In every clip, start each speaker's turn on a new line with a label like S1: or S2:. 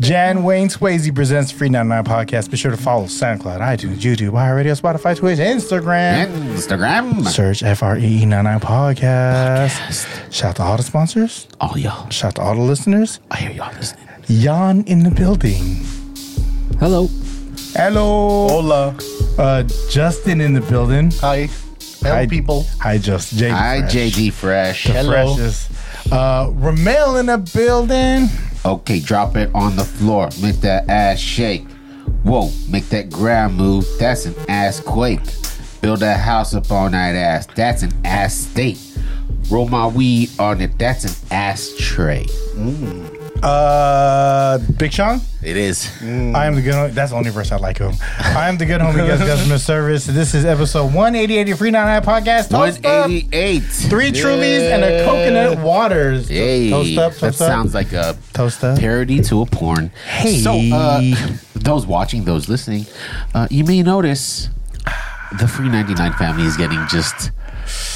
S1: Jan Wayne Swayze presents Free 99 Podcast. Be sure to follow SoundCloud, iTunes, YouTube, iHeartRadio, Spotify, Twitch, Instagram.
S2: Instagram.
S1: Search E FRE99 podcast. Shout out to all the sponsors.
S2: All y'all.
S1: Shout out to all the listeners.
S2: oh, I hear y'all listening.
S1: Jan in the building.
S3: Hello.
S1: Hello.
S4: Hola.
S1: Uh, Justin in the building.
S4: Hi. Hello, people.
S1: Hi, Just JD.
S2: Hi,
S1: Fresh.
S2: JD Fresh.
S1: The
S4: Hello.
S1: Freshest. Uh, Ramel in the building.
S2: Okay, drop it on the floor. Make that ass shake. Whoa, make that ground move. That's an ass quake. Build that house up on that ass. That's an ass state. Roll my weed on it. That's an ass tray.
S1: Uh, Big Sean.
S2: It is.
S1: I am the good homie. That's the only verse I like him. I am the good homie guest customer service. This is episode 188 of Free 99 Podcast. Toast up.
S2: 188.
S1: Three Trulies and a coconut waters.
S2: Hey,
S1: toast up, toast
S2: that
S1: up.
S2: sounds like a
S1: Toast up.
S2: parody to a porn. Hey, so uh, those watching, those listening, uh, you may notice the free ninety nine family is getting just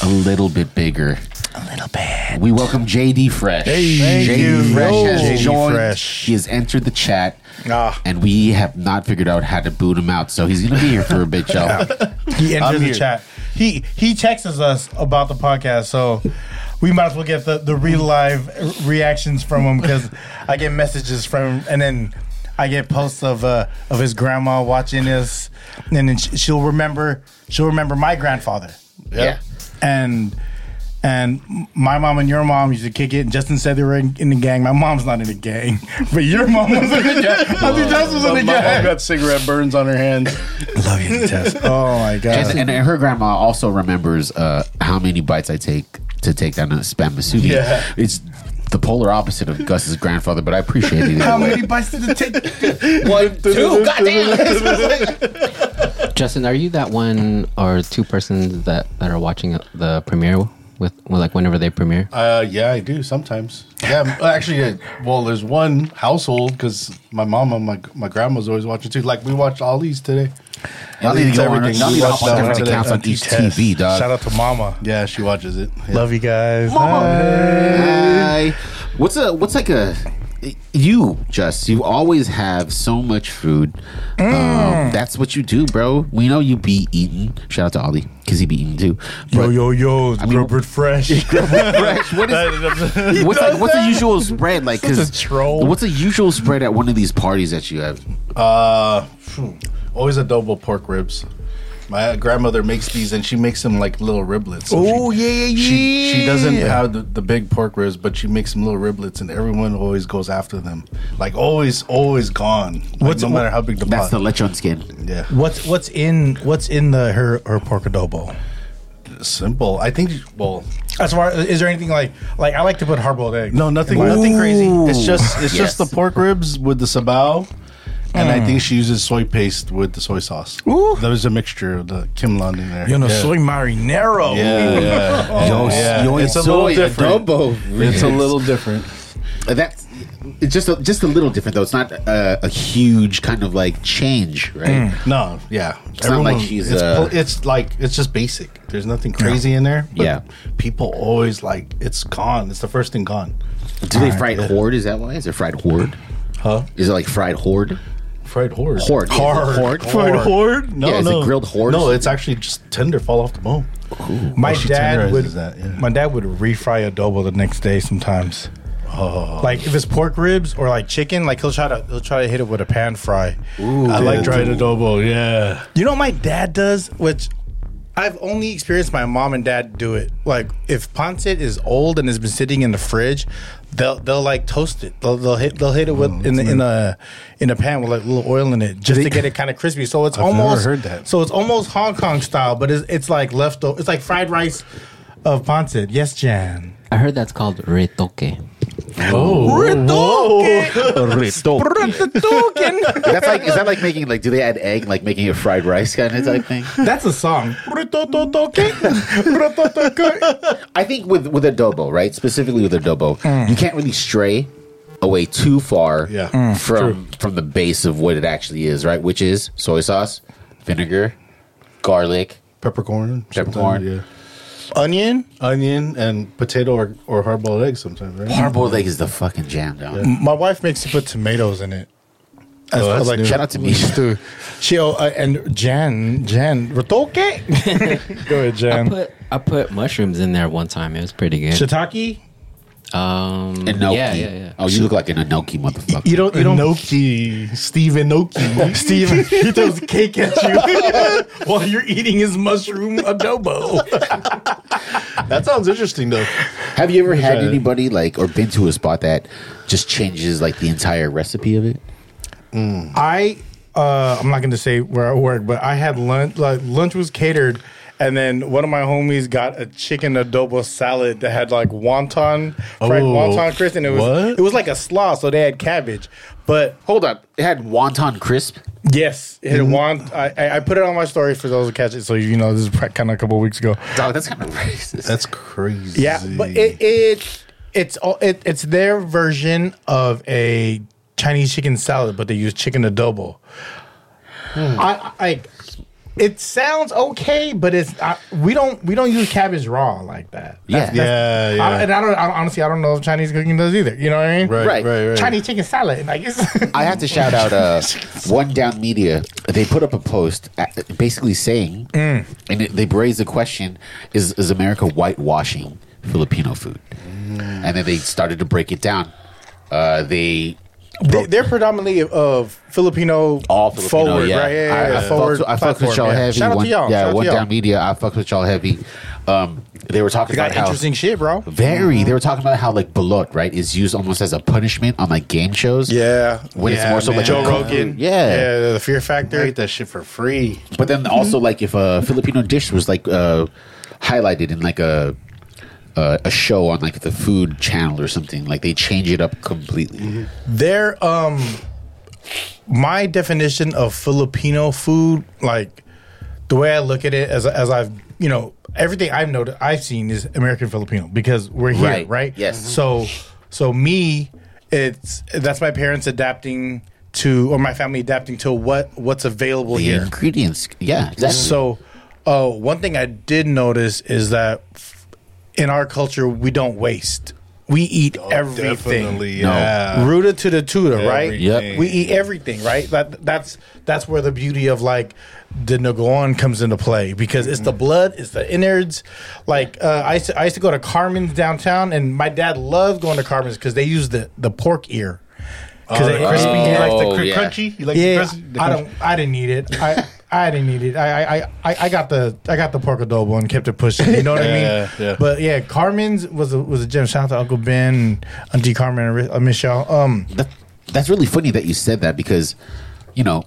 S2: a little bit bigger.
S1: a little bad.
S2: We welcome JD Fresh.
S1: Hey, thank
S2: JD
S1: you.
S2: Fresh has
S1: JD
S2: joined.
S1: Fresh.
S2: He has entered the chat,
S1: Ah.
S2: and we have not figured out how to boot him out. So he's going to be here for a bit, y'all.
S1: He enters
S4: I'm
S1: the
S4: here.
S1: chat. He he texts us about the podcast, so we might as well get the, the real live reactions from him because I get messages from him and then I get posts of uh, of his grandma watching this, and then sh- she'll remember she'll remember my grandfather.
S2: yeah.
S1: and and my mom and your mom used to kick it. And Justin said they were in, in the gang. My mom's not in the gang, but your mom was in the gang. I think Justin was in
S4: My
S1: the
S4: mom
S1: gang.
S4: got cigarette burns on her hands.
S1: Love you, Tess. Oh my god.
S2: And, and her grandma also remembers uh, how many bites I take to take down a spam musubi.
S4: Yeah.
S2: It's the polar opposite of Gus's grandfather, but I appreciate it.
S1: How
S2: either way.
S1: many bites did it take?
S2: One, two, goddamn.
S3: Justin, are you that one or two persons that, that are watching the premiere with, well, like whenever they premiere?
S4: Uh, yeah, I do sometimes. Yeah, m- actually, uh, well, there's one household because my mom and my my grandma's always watching too. Like we watched all these today.
S2: Y'all need to go on,
S4: Everything.
S2: y'all
S4: We
S2: need to
S4: watched
S2: hop on
S4: that
S2: different
S4: E one today.
S2: accounts on each TV, dog.
S1: Shout out to Mama.
S4: Yeah, she watches it. Yeah.
S1: Love you guys.
S2: Hi. What's a what's like a you just you always have so much food.
S1: Mm.
S2: Um, that's what you do, bro. We know you be eating. Shout out to Ollie because he be eating too.
S1: Yo
S2: But
S1: yo yo, it's
S2: mean-
S1: Robert Fresh.
S2: Fresh, what is what's like, what's the usual spread like? Cause
S1: a troll.
S2: What's the usual spread at one of these parties that you have?
S4: Uh, phew, always adobo pork ribs. My grandmother makes these, and she makes them like little riblets. So
S1: Oh,
S4: she-
S2: yeah, yeah.
S4: She, she doesn't have the, the big pork ribs, but she makes them little riblets, and everyone always goes after them. Like always, always gone. Like,
S1: What's-
S4: no matter how big the
S2: That's
S4: pot.
S2: the lechon skin.
S4: yeah,
S1: What's what's in what's in the her her pork adobo?
S4: simple. I think. Well,
S1: As far is there anything like like I like to put hard boiled eggs.
S4: no, nothing,
S1: Ooh.
S4: nothing crazy. It's just, it's
S2: Yes. Mm.
S4: just the pork ribs with the sabao, and I think she uses soy paste with the soy sauce.
S1: Ooh.
S4: There's a mixture of the kimlan in there.
S1: you know
S4: yeah.
S1: soy marinero.
S4: Yeah, yeah.
S2: Yo,
S4: oh, yeah.
S2: yo,
S4: It's a
S2: soy
S4: little different.
S2: adobo.
S4: It's a little different.
S2: Uh, that's it's just a, just a little different though. It's not a, a huge kind of like change, right?
S4: No, yeah.
S2: It's not like she's,
S4: it's,
S2: uh,
S4: pol- it's like it's just basic. There's nothing crazy in there. but
S2: Yeah.
S4: People always like it's gone. It's the first thing gone.
S2: Do they fry horde? Is that why? Is it fried horde?
S4: Huh?
S2: Is it like fried horde?
S4: Fried horde.
S2: Horde. yeah, is it
S1: Hard.
S2: Horde.
S4: Fried horde? No,
S2: Yeah, is it
S4: no.
S2: grilled horde?
S4: No, it's actually just tender fall off the bone.
S1: My
S4: Well, she
S1: dad
S4: tenderizes
S1: would.
S4: that, yeah.
S1: My dad would refry adobo the next day sometimes.
S4: Oh.
S1: Like if it's pork ribs or like chicken, like he'll try to he'll try to hit it with a pan fry.
S4: I
S1: like
S4: like dried adobo. Yeah.
S1: You know what my dad does, which I've only experienced my mom and dad do it. Like if pancit is old and has been sitting in the fridge, they'll they'll like toast it. They'll they'll hit they'll hit it with
S4: Mm,
S1: in the, in a in a pan with like a little oil in it just to get it kind of crispy. So it's
S4: never
S1: almost
S4: heard that.
S1: so it's almost Hong Kong style, but it's it's like leftover. It's like fried rice of pancit. Yes, Jan.
S3: I heard that's called retoque.
S2: That's like is that like making like do they add egg like making a fried rice kind of type thing?
S1: That's a song.
S2: I think with with adobo, right? Specifically with adobo,
S4: Mm.
S2: you can't really stray away too far
S4: Yeah. Mm,
S2: from from the base of what it actually is, right? Which is soy sauce, vinegar, garlic,
S4: Peppercorn.
S2: Peppercorn.
S4: sometimes,
S1: Onion,
S4: onion and potato or, or hard boiled eggs sometimes, right?
S2: Hard-boiled egg is the fucking jam, dog.
S1: my wife makes you put tomatoes in it. As
S4: Oh,
S1: well,
S4: that's new.
S2: Shout out to me.
S1: Dude, she oh, uh, and Jan Jan Ratoke. Go ahead,
S3: I
S1: Jan.
S3: put I put mushrooms in there one time. It was pretty good.
S1: Shiitake.
S3: Um,
S2: Enoki.
S3: yeah, yeah, yeah.
S2: Oh, you look like an Enoki motherfucker.
S4: You don't. You don't. Steve Inoki.
S1: Steven, he throws cake at you while you're eating his mushroom adobo.
S4: that sounds interesting though.
S2: Have you ever had
S4: that?
S2: anybody like or been to a spot that just changes like the entire recipe of it?
S1: I, uh, I'm not going to say where I work, but I had lunch. Like lunch was catered, and then one of my homies got a chicken adobo salad that had like wonton, fried
S4: Oh.
S1: wonton crisp, and it was
S4: What?
S1: it was like a slaw, so they had cabbage, but
S2: Hold up, it had wonton crisp.
S1: Yes, it had want. I, I- I put it on my story for those who catch it. So you know, this is kind of a couple weeks ago.
S2: Dog, that's kind of racist.
S4: That's crazy.
S1: Yeah, but it, it it's all it, it's their version of a Chinese chicken salad, but they use chicken adobo.
S4: Hmm.
S1: I, I it sounds okay, but it's I, we don't we don't use cabbage raw like that.
S2: yeah,
S4: Yeah, yeah.
S2: uh,
S1: I, and I don't I, honestly I don't know if Chinese cooking does either. You know what I mean?
S4: right,
S2: Right.
S4: right, right,
S1: Chinese chicken salad, like it's
S2: I have to shout out uh, One Down Media. They put up a post at, basically saying,
S1: Mm.
S2: and it, they raised the question: Is is America whitewashing Filipino food?
S1: Mm.
S2: And then they started to break it down. Uh, they
S1: They- They're predominantly of Filipino,
S2: all Filipino,
S1: forward,
S2: yeah.
S1: right? Yeah, yeah,
S2: I,
S1: yeah.
S2: I,
S1: forward.
S2: fucked, I fucked with y'all
S1: platform, yeah.
S2: heavy.
S1: Shout out
S2: one,
S1: to y'all.
S2: Yeah,
S1: Shout out
S2: one
S1: to y'all.
S2: down media. I fucked with y'all heavy. Um, they were talking
S1: They got
S2: about how
S1: interesting shit, bro.
S2: very. They were talking about how like bulot right is used almost as a punishment on like game shows.
S1: Yeah,
S2: when it's more so like
S1: Joe
S2: a comfort-
S1: Rogan.
S2: Yeah.
S1: yeah, the Fear Factor.
S4: I ate that shit for free.
S2: But
S1: Mm-hmm.
S2: then also like if a Filipino dish was like uh, highlighted in like a uh, a show on like the food channel or something, like they change it up completely.
S4: Mm-hmm.
S1: Their um, my definition of Filipino food, like the way I look at it, as as I've you know everything I've noted, I've seen is American Filipino because we're here,
S2: Right.
S1: right?
S2: Yes.
S1: So so me, it's that's my parents adapting to or my family adapting to what what's available
S2: The
S1: here.
S2: ingredients, yeah, exactly.
S1: So, uh, one thing I did notice is that f- in our culture, we don't waste. We eat everything.
S4: Definitely,
S2: No.
S4: yeah.
S1: Rooted to the tutor, right?
S2: Yep.
S1: We eat everything, right? That that's that's where the beauty of like the Nagoan comes into play because it's the
S2: Mm-hmm.
S1: blood, it's the innards. Like uh, I used to, I used to go to Carmen's downtown, and my dad loved going to Carmen's because they use the the pork ear because
S4: the
S1: it crispy.
S2: Oh,
S4: you
S1: like
S4: like the
S2: Oh,
S4: cr-
S2: yeah.
S4: crunchy? You like
S1: yeah,
S4: the crunchy? The
S1: I
S4: crunchy?
S1: don't. I didn't need it. I I didn't need it. I I- I I I got the I got the pork adobo and kept it pushing. You know what
S4: Yeah,
S1: I mean?
S4: yeah.
S1: But yeah, Carmen's was a, was a gem. Shout out to Uncle Ben, and Auntie Carmen, and Ri- uh, Michelle. Um,
S2: that, that's really funny that you said that because you know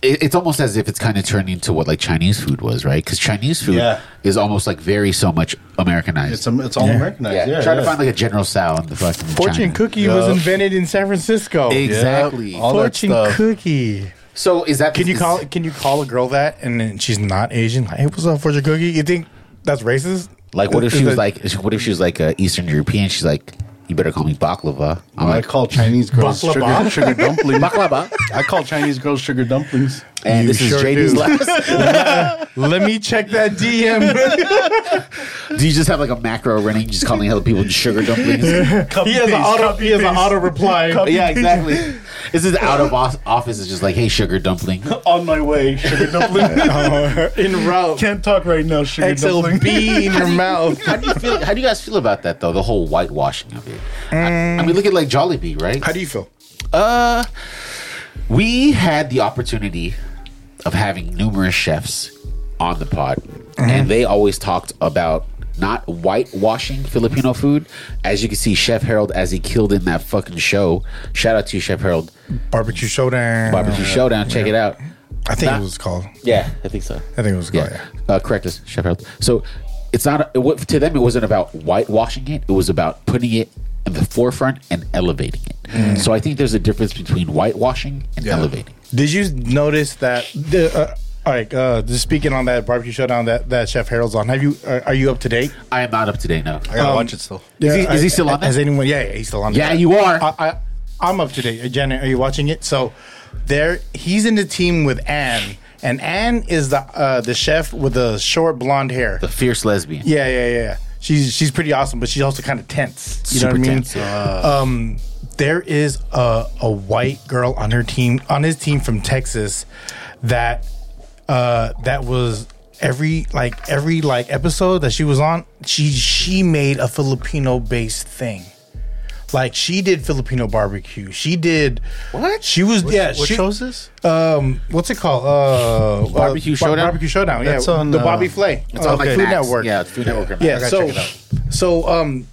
S2: it, it's almost as if it's kind of turning into what like chinese food was right because chinese food
S4: Yeah.
S2: is almost like very so much americanized
S4: It's a, it's all Americanized.
S2: yeah,
S4: Yeah,
S2: try to
S4: yeah.
S2: find like a general Tso in the fucking
S1: fortune
S2: China.
S1: cookie
S4: Yeah.
S1: was invented in San Francisco.
S4: Yeah,
S2: exactly
S4: all that
S1: fortune
S4: stuff.
S1: cookie.
S2: so is that
S1: Can you
S2: is-
S1: call Can you call a girl that and then she's not Asian? Like, hey, what's up, fortune cookie? You think that's racist?
S2: like what if
S1: Is
S2: she was
S1: that-
S2: like what if she was like uh, eastern european she's like you better call me baklava i'm
S4: I
S2: like
S4: call Chinese girls
S1: Baklava?
S4: sugar, sugar dumplings.
S2: baklava
S4: I call Chinese girls sugar dumplings.
S2: and
S1: You
S2: this
S1: sure
S2: is jd's
S1: do.
S2: last
S1: Let me check that DM.
S2: do you just have like a macro running just calling other people sugar dumplings
S1: he has an auto. He has an auto reply.
S2: yeah exactly this is out of os- office is just like hey sugar dumpling
S4: On my way, sugar dumpling.
S1: in route.
S4: Can't talk right now, sugar dumpling.
S1: XLB in your mouth.
S2: How do you feel? How do you guys feel about that though? The whole whitewashing of it. I, I mean, look at like Jollibee, right?
S1: do you feel?
S2: Uh, we had the opportunity of having numerous chefs on the pod, and they always talked about not whitewashing Filipino food. As you can see, Chef Harold, as he killed in that fucking show. Shout out to you, Chef Harold.
S1: Barbecue Showdown.
S2: Barbecue Showdown. Check it out.
S1: I think it was called.
S2: Yeah, I think so.
S1: I think it was called.
S2: Yeah.
S1: Oh, Yeah.
S2: Uh, correct us, Chef Harold. So it's not it, wa- to them. It wasn't about whitewashing it. It was about putting it in the forefront and elevating it. So I think there's a difference between whitewashing and elevating.
S1: Did you notice that? The, uh, like uh, just speaking on that barbecue showdown that, that Chef Harold's on. Have you? Are, are you up to date?
S2: I am not up to date now.
S4: I gotta
S1: Um,
S4: watch it still.
S2: Is he- is he still on
S1: Has
S2: that?
S1: anyone? Yeah, yeah, he's still on.
S2: Yeah,
S1: that.
S2: you are.
S1: I, I, I'm up to date. Uh, Janet, are you watching it? So there, he's in the team with Anne, and Anne is the uh, the chef with the short blonde hair.
S2: The fierce lesbian.
S1: Yeah, yeah, yeah. She's she's pretty awesome, but she's also kind of tense. You know
S2: Super
S1: what I mean?
S2: tense, Uh,
S1: Um, there is a a white girl on her team on his team from Texas that uh that was every like every like episode that she was on she she made a Filipino based thing. Like she did Filipino barbecue. She did
S2: What?
S1: She was yeah.
S4: What
S1: she,
S4: shows this?
S1: um, what's it called? Uh,
S2: Barbecue
S1: uh,
S2: Showdown?
S1: Barbecue Showdown. Yeah,
S4: That's on,
S1: the
S4: uh,
S1: Bobby Flay.
S2: It's on
S1: uh,
S2: like
S1: Food
S2: Max.
S1: Network.
S2: Yeah, it's Food Network.
S1: Yeah,
S2: I gotta
S1: so
S2: check it out.
S1: so um,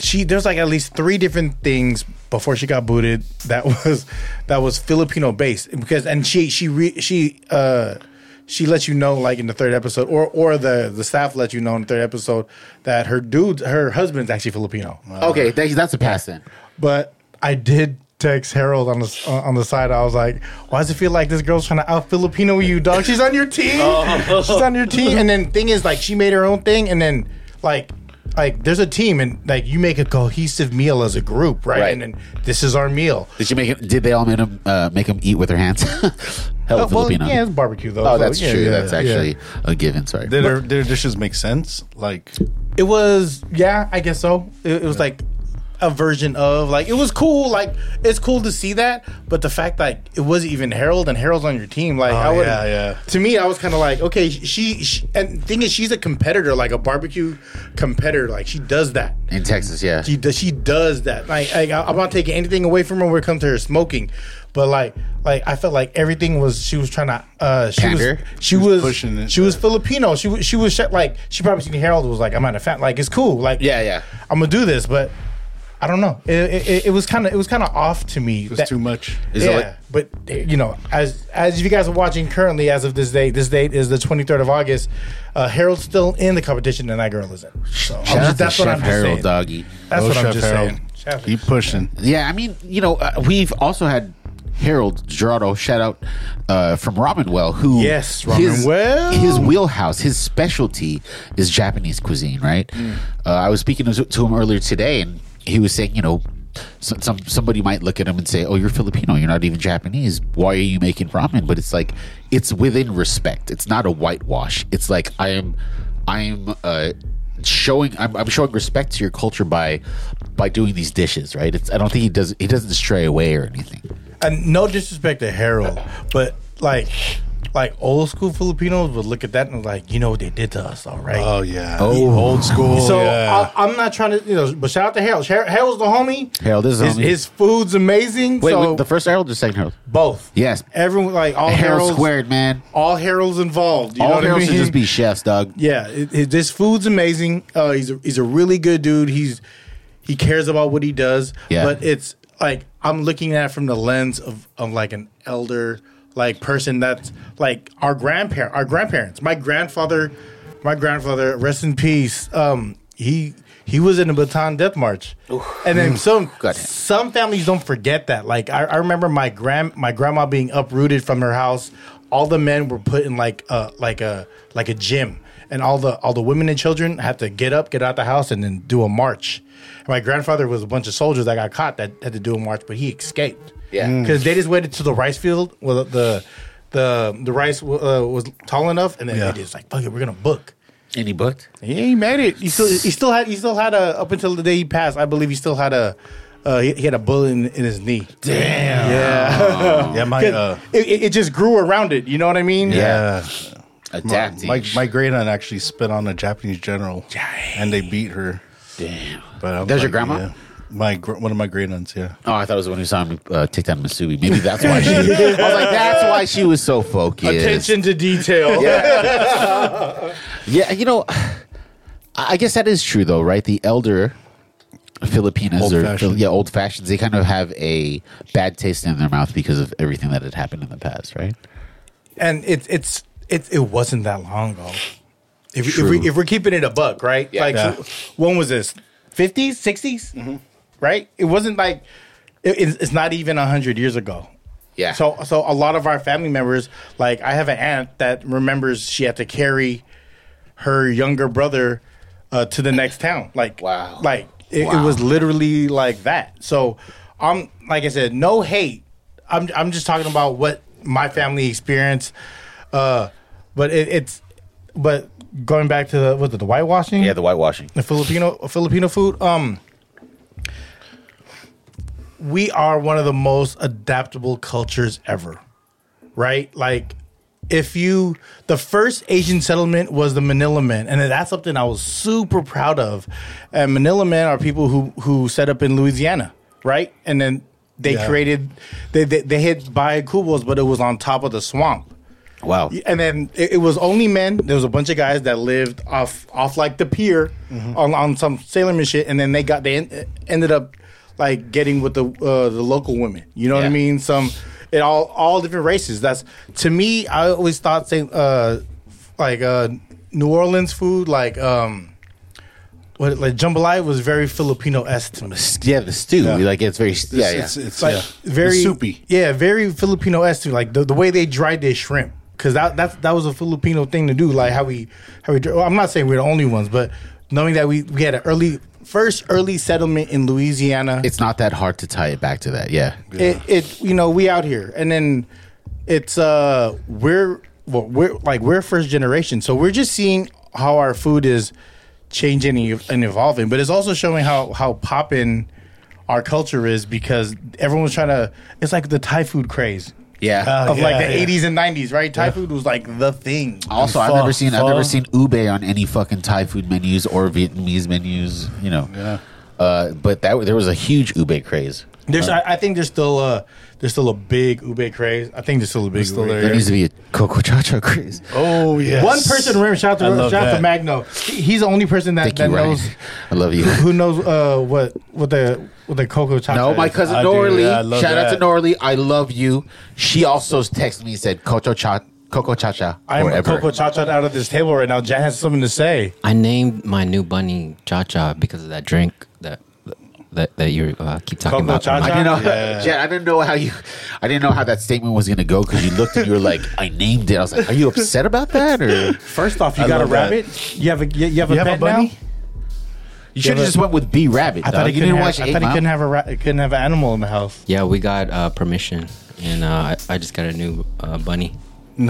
S1: she there's like at least three different things before she got booted that was that was Filipino based because and she she re, she uh she lets you know like in the third episode or or the the staff lets you know in the third episode that her dude her husband's actually Filipino.
S2: Okay, that's, that's a pass then.
S1: But I did text Harold on the on the side. I was like, "Why does it feel like this girl's trying to out Filipino you, dog? She's on your team.
S2: Oh.
S1: She's on your team." And then thing is, like, she made her own thing, and then like. Like there's a team and like you make a cohesive meal as a group, right?
S2: Right.
S1: And then this is our meal.
S2: Did you make him? Did they all make him uh, make him eat with their hands? Hello,
S1: Uh, well,
S2: Filipino.
S1: yeah, it's barbecue though.
S2: oh,
S1: so,
S2: that's
S1: yeah,
S2: true.
S1: yeah,
S2: that's
S1: yeah.
S2: actually a given. Sorry.
S4: Did their, their dishes make sense? Like,
S1: It was, yeah, I guess so. It, it was like a version of like it was cool. Like it's cool to see that, but the fact like it was even Harold and Harold's on your team, like I would,
S4: Oh, yeah, yeah.
S1: To me, I was kind of like, okay, she, she. And thing is, she's a competitor, like a barbecue competitor. Like she does that.
S2: in Texas, yeah.
S1: She does. She does that. Like, like I- I'm not taking anything away from her when it comes to her smoking, but like, like I felt like everything was. She was trying to. Uh, she
S2: Pander?
S1: was. She was.
S4: pushing it,
S1: she was Filipino. She was. She was sh- like. She probably seen Harold was like, I'm not a fan. Like it's cool. Like
S2: Yeah, yeah.
S1: I'm gonna do this, but I don't know. It, it- it, it was kind of. It was kind of off to me.
S4: it was too much.
S2: Is it
S1: yeah,
S2: like-
S1: but uh, you know, as as you guys are watching currently, as of this date, this date is the 23rd of August. Uh, Harold's still in the competition, and that girl isn't. So I'm
S2: Shout out
S1: just-
S2: to Chef
S1: just
S2: Harold,
S1: saying.
S2: doggy.
S1: That's
S4: Oh,
S1: what I'm
S4: Chef
S1: just
S4: Harold.
S1: saying. Shout
S4: Keep pushing.
S2: Yeah, I mean, you know, uh, we've also had Harold Gerardo shout out uh, from Robinwell, who
S1: Yes,
S2: his-
S1: Robinwell.
S2: his wheelhouse, his specialty is Japanese cuisine, right?
S1: Mm.
S2: Uh, I was speaking to, to him earlier today, and he was saying, you know. Some, some somebody might look at him and say, "Oh, you're Filipino. You're not even Japanese. Why are you making ramen?" But it's like it's within respect. It's not a whitewash. It's like I am, I am uh, showing I'm, I'm showing respect to your culture by by doing these dishes right it's i don't think he does he doesn't stray away or anything
S1: and no disrespect to Harold, but like, like old school Filipinos would look at that and like, you know what they did to us, all right.
S4: Oh yeah. Oh, uh, old school.
S1: so
S4: yeah.
S1: I, I'm not trying to, you know, but shout out to Harold. Har- Harold's the homie.
S2: Harold is the
S1: his,
S2: homie.
S1: His food's amazing.
S2: wait,
S1: so
S2: wait the first herald or second herald
S1: both.
S2: Yes.
S1: everyone like all
S2: herald
S1: Harold's
S2: squared man
S1: All Harold's involved. You know
S2: all
S1: what I
S2: heralds
S1: mean?
S2: should just be chefs dog
S1: Yeah, it, it- this food's amazing. Uh, he's a, he's a really good dude. He's he cares about what he does.
S2: Yeah.
S1: But it's like I'm looking at it from the lens of, of like an elder like person that's like our grandparent, our grandparents. My grandfather, my grandfather, rest in peace. Um, he he was in the Bataan Death March, and then some
S2: God.
S1: some families don't forget that. Like I, I remember my grand my grandma being uprooted from her house. All the men were put in like a like a like a gym, and all the all the women and children had to get up, get out the house, and then do a march. And my grandfather was a bunch of soldiers that got caught that had to do a march, but he escaped.
S2: Yeah. Mm.
S1: because they just waited till the rice field. Well, the the the rice uh, was tall enough, and then
S4: Yeah.
S1: they just like fuck it, we're gonna book.
S2: any book
S1: Yeah, he made it. He still he still had he still had a up until the day he passed. I believe he still had a uh, he, he had a bullet in, in his knee.
S4: damn.
S1: Yeah,
S4: Yeah, my
S1: 'Cause
S4: uh,
S1: it, it, it just grew around it. You know what I mean?
S4: yeah. My,
S2: adapting
S4: my my great aunt actually spit on a Japanese general, and they beat her.
S2: damn
S4: But I'm
S2: That's your grandma?
S4: yeah. My gr- one of my great aunts, yeah.
S2: oh i thought it was the one who saw him uh, take down masubi maybe that's why she i was like that's why she was so focused
S1: Attention to detail.
S2: Yeah, you know, I I guess that is true though, right? The elder Filipinas
S4: Old
S2: or
S4: fashioned.
S2: yeah, old fashions, they kind of have a bad taste in their mouth because of everything that had happened in the past, right?
S1: and it's it's it, it wasn't that long ago. If, if we if we're keeping it a buck, right? Like
S4: Yeah.
S1: so when was this? Fifties, 60s right? It wasn't like it, it's- it's not even hundred years ago.
S2: Yeah.
S1: So so a lot of our family members, like I have an aunt that remembers she had to carry her younger brother uh, to the next town. Like
S2: Wow.
S1: like it,
S2: Wow.
S1: it was literally like that. So I'm like I said, no hate. I'm I'm just talking about what my family experienced. Uh, but it, it's but going back to the was it the whitewashing?
S5: Yeah, the whitewashing.
S1: the Filipino Filipino food. Um, we are one of the most adaptable cultures ever, right? Like, if you the first Asian settlement was the Manila Men, and that's something I was super proud of. And Manila Men are people who who set up in Louisiana, right? And then they
S4: Yeah.
S1: created they, they they hit by Kubos, but it was on top of the swamp
S5: Wow.
S1: and then it, it was only men. There was a bunch of guys that lived off off like the pier on, on some sailorman shit, and then they got they en- ended up like getting with the uh, the local women. You know what I
S5: Yeah.
S1: mean? Some it all all different races. That's to me. I always thought say, uh, like uh, New Orleans food, like um, what like jambalaya was very Filipino esque to me.
S5: Yeah, the stew. Like it's very yeah, yeah.
S4: It's, it's,
S1: like
S4: yeah.
S1: very
S4: It's soupy.
S1: Yeah, very Filipino esque. Like the, the way they dried their shrimp, because that that's, that was a Filipino thing to do. Like how we how we. dr- Well, I'm not saying we're the only ones, but knowing that we we had an early first early settlement in Louisiana,
S2: It's not that hard to tie it back to that. Yeah.
S1: it, it you know we out here, and then it's uh we're well, we're like we're first generation, so we're just seeing how our food is changing and and evolving, but it's also showing how how poppin our culture is because everyone's trying to. It's like the Thai food craze Uh,
S2: Yeah.
S1: of like
S4: yeah,
S1: the
S4: yeah.
S1: '80s and '90s, right? Thai food was like the thing.
S2: also, I've
S4: Pho-
S2: never seen I've never
S4: pho.
S2: seen ube on any fucking Thai food menus or Vietnamese menus. You know.
S4: Yeah.
S2: Uh, but that there was a huge ube craze.
S1: There's, I, I think there's still a there's still a big ube craze. I think there's still a big still
S2: There needs to be a coco cha cha craze.
S4: Oh yes.
S1: One person, remember, shout
S4: I
S1: out to
S4: love
S1: shout out
S4: that.
S1: to Magno. He- He's the only person that,
S2: Thank
S1: that
S2: you, Ryan.
S1: knows
S2: I love you.
S1: who knows uh, what what the what the cocoa chocolate.
S2: No, my
S1: is.
S2: cousin
S4: I do,
S2: Norley.
S4: yeah, I love
S2: Shout out to
S4: that.
S2: Norley. I love you. She also texted me and said Coco Cha Coco Cha Cha.
S1: I'm
S2: forever."
S1: cocoa chocolate out of this table right now. Jan has something to say.
S3: I named my new bunny Cha Cha because of that drink that that that you uh, keep talking
S1: Coco
S3: about.
S2: I
S1: Cha-Cha?
S2: didn't know.
S4: Yeah.
S2: Jen, I didn't know how you. I didn't know how that statement was gonna go because you looked and you were like, "I named it." I was like, "Are you upset about that?" Or
S1: First off, you
S4: I
S1: got a
S4: love that.
S1: rabbit. You have a you, you have a
S4: have
S1: pet
S4: a
S1: now.
S4: bunny?
S2: you should have just went with B Rabbit.
S1: I thought
S2: dog.
S1: he
S2: you
S1: couldn't
S2: didn't
S1: have,
S2: watch
S1: I
S2: Eight
S1: thought he
S2: Mile.
S1: couldn't have a ra- couldn't have an animal in the house.
S3: Yeah, we got uh, permission, and uh, I, I just got a new uh, bunny.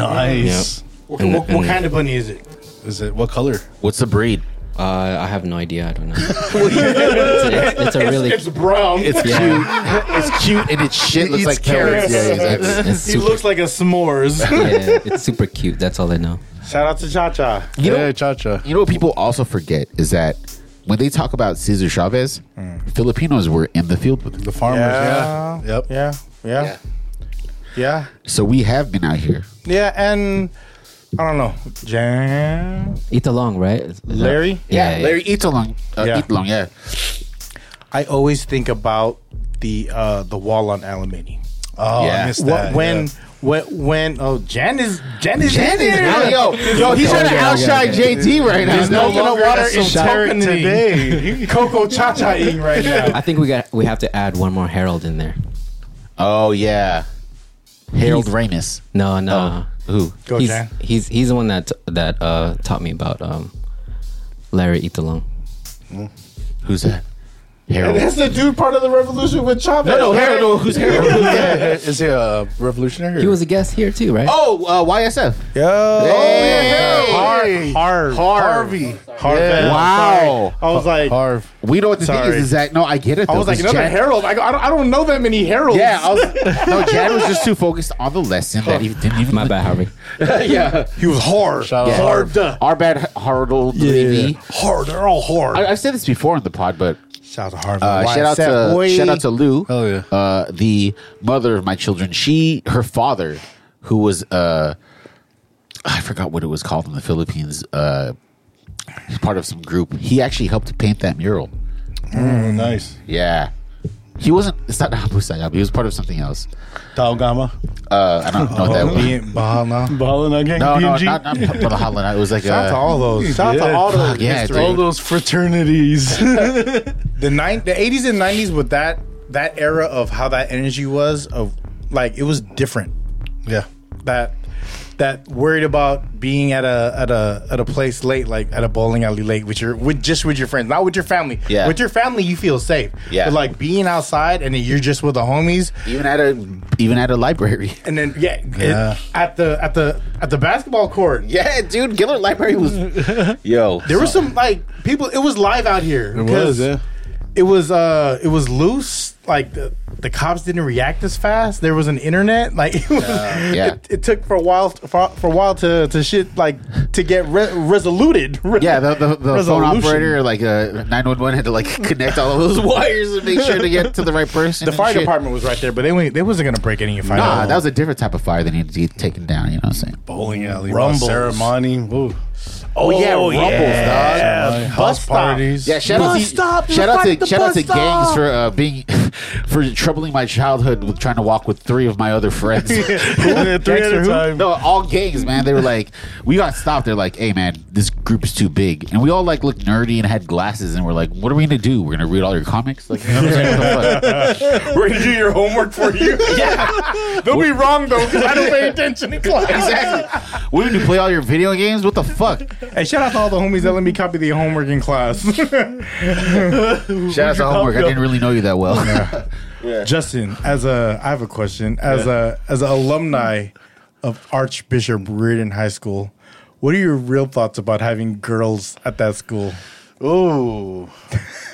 S4: Nice.
S1: What,
S3: And-
S1: what, what
S3: and-
S1: kind of bunny is it?
S4: Is it what color?
S2: What's the breed?
S3: Uh, I have no idea. I don't know. it's, it's- it's a really
S1: brown.
S2: It's
S3: Yeah.
S2: cute. it's cute and its shit looks
S4: eats
S2: like carrots.
S1: carrots.
S2: Yeah, exactly.
S3: it's, it's
S1: he
S3: super,
S1: looks like a s'mores.
S3: yeah, it's super cute. That's all I know.
S1: Shout out to Cha Cha.
S2: You know-
S4: yeah, cha cha.
S2: You know what people also forget is that when they talk about Cesar Chavez, Filipinos were in Mm. the field with him.
S4: The farmers. Yeah. Yep.
S1: Yeah. Yeah. Yeah.
S2: Yeah.
S1: Yeah.
S2: So we have been out here.
S1: and I don't know. Jan.
S3: Eat along, right? Is that-
S1: Larry?
S3: Yeah, yeah.
S2: Larry Italong.
S1: Yeah.
S2: Uh, yeah. Italong, yeah.
S1: I always think about the uh the wall on Alamany.
S4: Oh,
S2: Yeah.
S4: I missed
S1: What
S4: that.
S1: when
S4: yeah.
S1: when when oh Jan is Jan is
S2: Jen is
S1: here.
S2: out- yo, yo, he's trying to outshine JT right now.
S1: He's no
S2: longer
S1: water
S2: in
S1: is
S2: Tarek today.
S1: today. Coco Cha Cha eating right now.
S3: I think we got we have to add one more Harold in there.
S2: Oh yeah, Harold Ramis.
S3: No, no.
S2: Who?
S1: Go
S3: he's,
S1: Jan.
S3: he's he's the one that that uh, taught me about um, Larry Eat along.
S2: Who's that?
S1: And
S2: Harold.
S1: that's the dude part of the revolution with Chavez.
S2: Who's Harold?
S4: Yeah, is he a revolutionary?
S3: He was a guest here too, right?
S2: Oh, uh, YSF.
S1: Yo.
S2: Oh, Hey.
S1: Harv. Harv.
S2: Harvey.
S1: Harv.
S2: Wow.
S1: I was like,
S4: Harv.
S2: We know what the
S1: Sorry.
S2: thing is, is that no, I get it.
S1: I
S2: though,
S1: was like,
S2: 'cause
S1: another
S2: Jan-
S1: herald. I, go, I, don't, I don't know that many heralds.
S2: Yeah, I was, no, Jan was just too focused on the lesson that he didn't even.
S3: My bad, Harvey.
S2: yeah,
S1: he was hard.
S4: Shout out
S1: Yeah.
S4: Harv.
S1: Hard.
S2: our bad, Harold. Yeah.
S1: Hard. They're all hard.
S2: I, I've said this before on the pod, but
S1: shout out to Harv.
S2: Uh,
S1: Why
S2: shout out
S1: is that
S2: to
S1: boy?
S2: shout out to Lou.
S4: Hell yeah.
S2: Uh, the mother of my children. She her father, who was uh, I forgot what it was called in the Philippines. Uh, he's part of some group. He actually helped paint that mural.
S4: nice.
S2: Yeah. He wasn't. It's not Abu Sayyaf. He was part of something else.
S4: Taogama.
S2: Uh, I don't know what that was.
S1: Being- Bahana.
S4: Ballin' again.
S2: No, no,
S4: BMG.
S2: not, not for the hotline. It was like
S1: Shout out to
S2: uh,
S1: all those. Shout out to
S4: Yeah.
S1: all those.
S2: Fuck, yeah,
S1: history.
S2: dude.
S4: all those fraternities.
S1: the nine, the eighties and nineties with that that era of how that energy was of like it was different.
S4: yeah.
S1: That
S6: that worried about being at a at a at a place late, like at a bowling alley late, with your with just with your friends, not with your family.
S1: Yeah.
S6: with your family you feel safe.
S1: Yeah.
S6: but like being outside and then you're just with the homies,
S2: Even at a even at a library.
S6: and then yeah, it- at the at the at the basketball court.
S1: Yeah, dude, Gillard Library was. Yo,
S6: There was some like people. It was live out here. It
S4: was, yeah.
S6: It was uh, it was loose. Like the, the cops didn't react as fast. There was an internet. Like it, was,
S2: Yeah.
S6: it, it took for a while for, for a while to, to shit like to get re- resoluted.
S2: Yeah, the, the, the phone
S6: Resolution.
S2: operator, like uh, 911, had to like connect all of those wires and make sure to get to the right person.
S6: The
S2: and
S6: fire
S2: shit.
S6: department was right there, but they went, they wasn't gonna break any fire.
S2: Nah, that was a different type of fire that needed to be taken down. You know what I'm saying?
S4: Bowling alley,
S6: Rumbles.
S4: ceremony. Woo.
S6: oh yeah,
S1: Oh,
S6: rumbles,
S1: yeah.
S6: dog.
S4: House parties.
S2: Yeah, shout out
S6: Bus
S2: to
S6: stop,
S2: shout
S6: let's
S2: out to
S6: fight the
S2: shout out
S6: bus
S2: to gangs
S6: stop.
S2: for uh, being for troubling my childhood with trying to walk with three of my other friends.
S6: Three at a time.
S2: no, all gangs, man. They were like, we got stopped. They're like, hey, man, this group is too big, and we all like looked nerdy and had glasses, and we're like, what are we gonna do? We're gonna read all your comics? Like, you know what I'm saying? What the fuck?
S6: We're gonna do your homework for you. yeah, they'll be wrong though because I don't pay attention in class.
S2: exactly. We're gonna play all your video games. What the fuck?
S6: Hey, shout out to all the homies that let me copy the homework in class.
S2: Shout out to homework. I didn't really know you that well.
S6: Justin, as a, I have a question. As a, as an alumni of Archbishop Reardon High School, what are your real thoughts about having girls at that school?
S4: Ooh.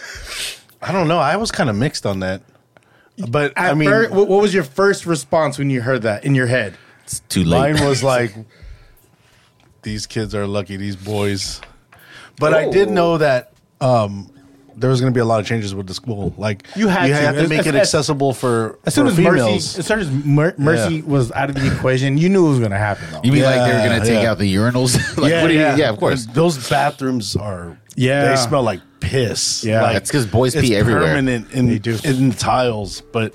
S4: I don't know. I was kind of mixed on that. But I
S6: At
S4: mean,
S6: fir- what what was your first response when you heard that in your head?
S2: it's too late.
S4: mine was like, these kids are lucky, these boys. But I did
S1: Ooh.
S6: Oh.
S4: know that um, there was going to be a lot of changes with the school. Like,
S6: You had
S4: you
S6: to.
S4: had to
S6: As-
S4: make
S6: as-
S4: it
S6: as-
S4: accessible for,
S6: As soon
S4: for
S6: as
S4: females.
S6: Mercy, as soon as Mer- Mercy was out of the equation, you knew it was going to happen. Though.
S2: You mean like they were
S4: Yeah,
S2: gonna take
S4: yeah.
S2: out the urinals? like, what do you, yeah, of course.
S4: Those bathrooms are.
S6: Yeah.
S4: they smell like piss.
S6: Yeah.
S4: like,
S2: That's 'cause boys
S4: it's
S2: pee everywhere.
S4: Permanent in,
S6: They do.
S4: in tiles, but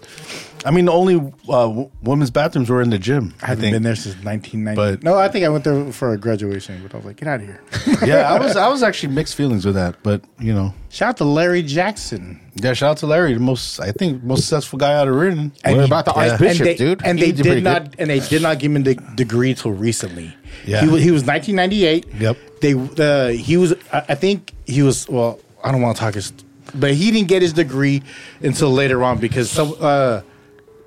S4: I mean, the only uh, w- women's bathrooms were in the gym.
S6: I haven't been there since 1990.
S4: But-
S6: no, I think I went there for a graduation, but I was like, get out of here.
S4: yeah, I was I was actually mixed feelings with that, but you know,
S6: Shout out to Larry Jackson.
S4: yeah. Shout out to Larry, the most I think most successful guy out of Reading.
S2: What
S6: he-
S2: about the
S6: yeah.
S2: Archbishop,
S6: and they,
S2: dude?
S6: And
S2: He
S6: they
S2: did pretty
S6: did not, and they did not give him the degree till recently.
S4: Yeah.
S6: he was, he was 1998.
S4: Yep.
S6: they uh, he was. I I think he was. Well, I don't want to talk his, but he didn't get his degree until later on because some. Uh,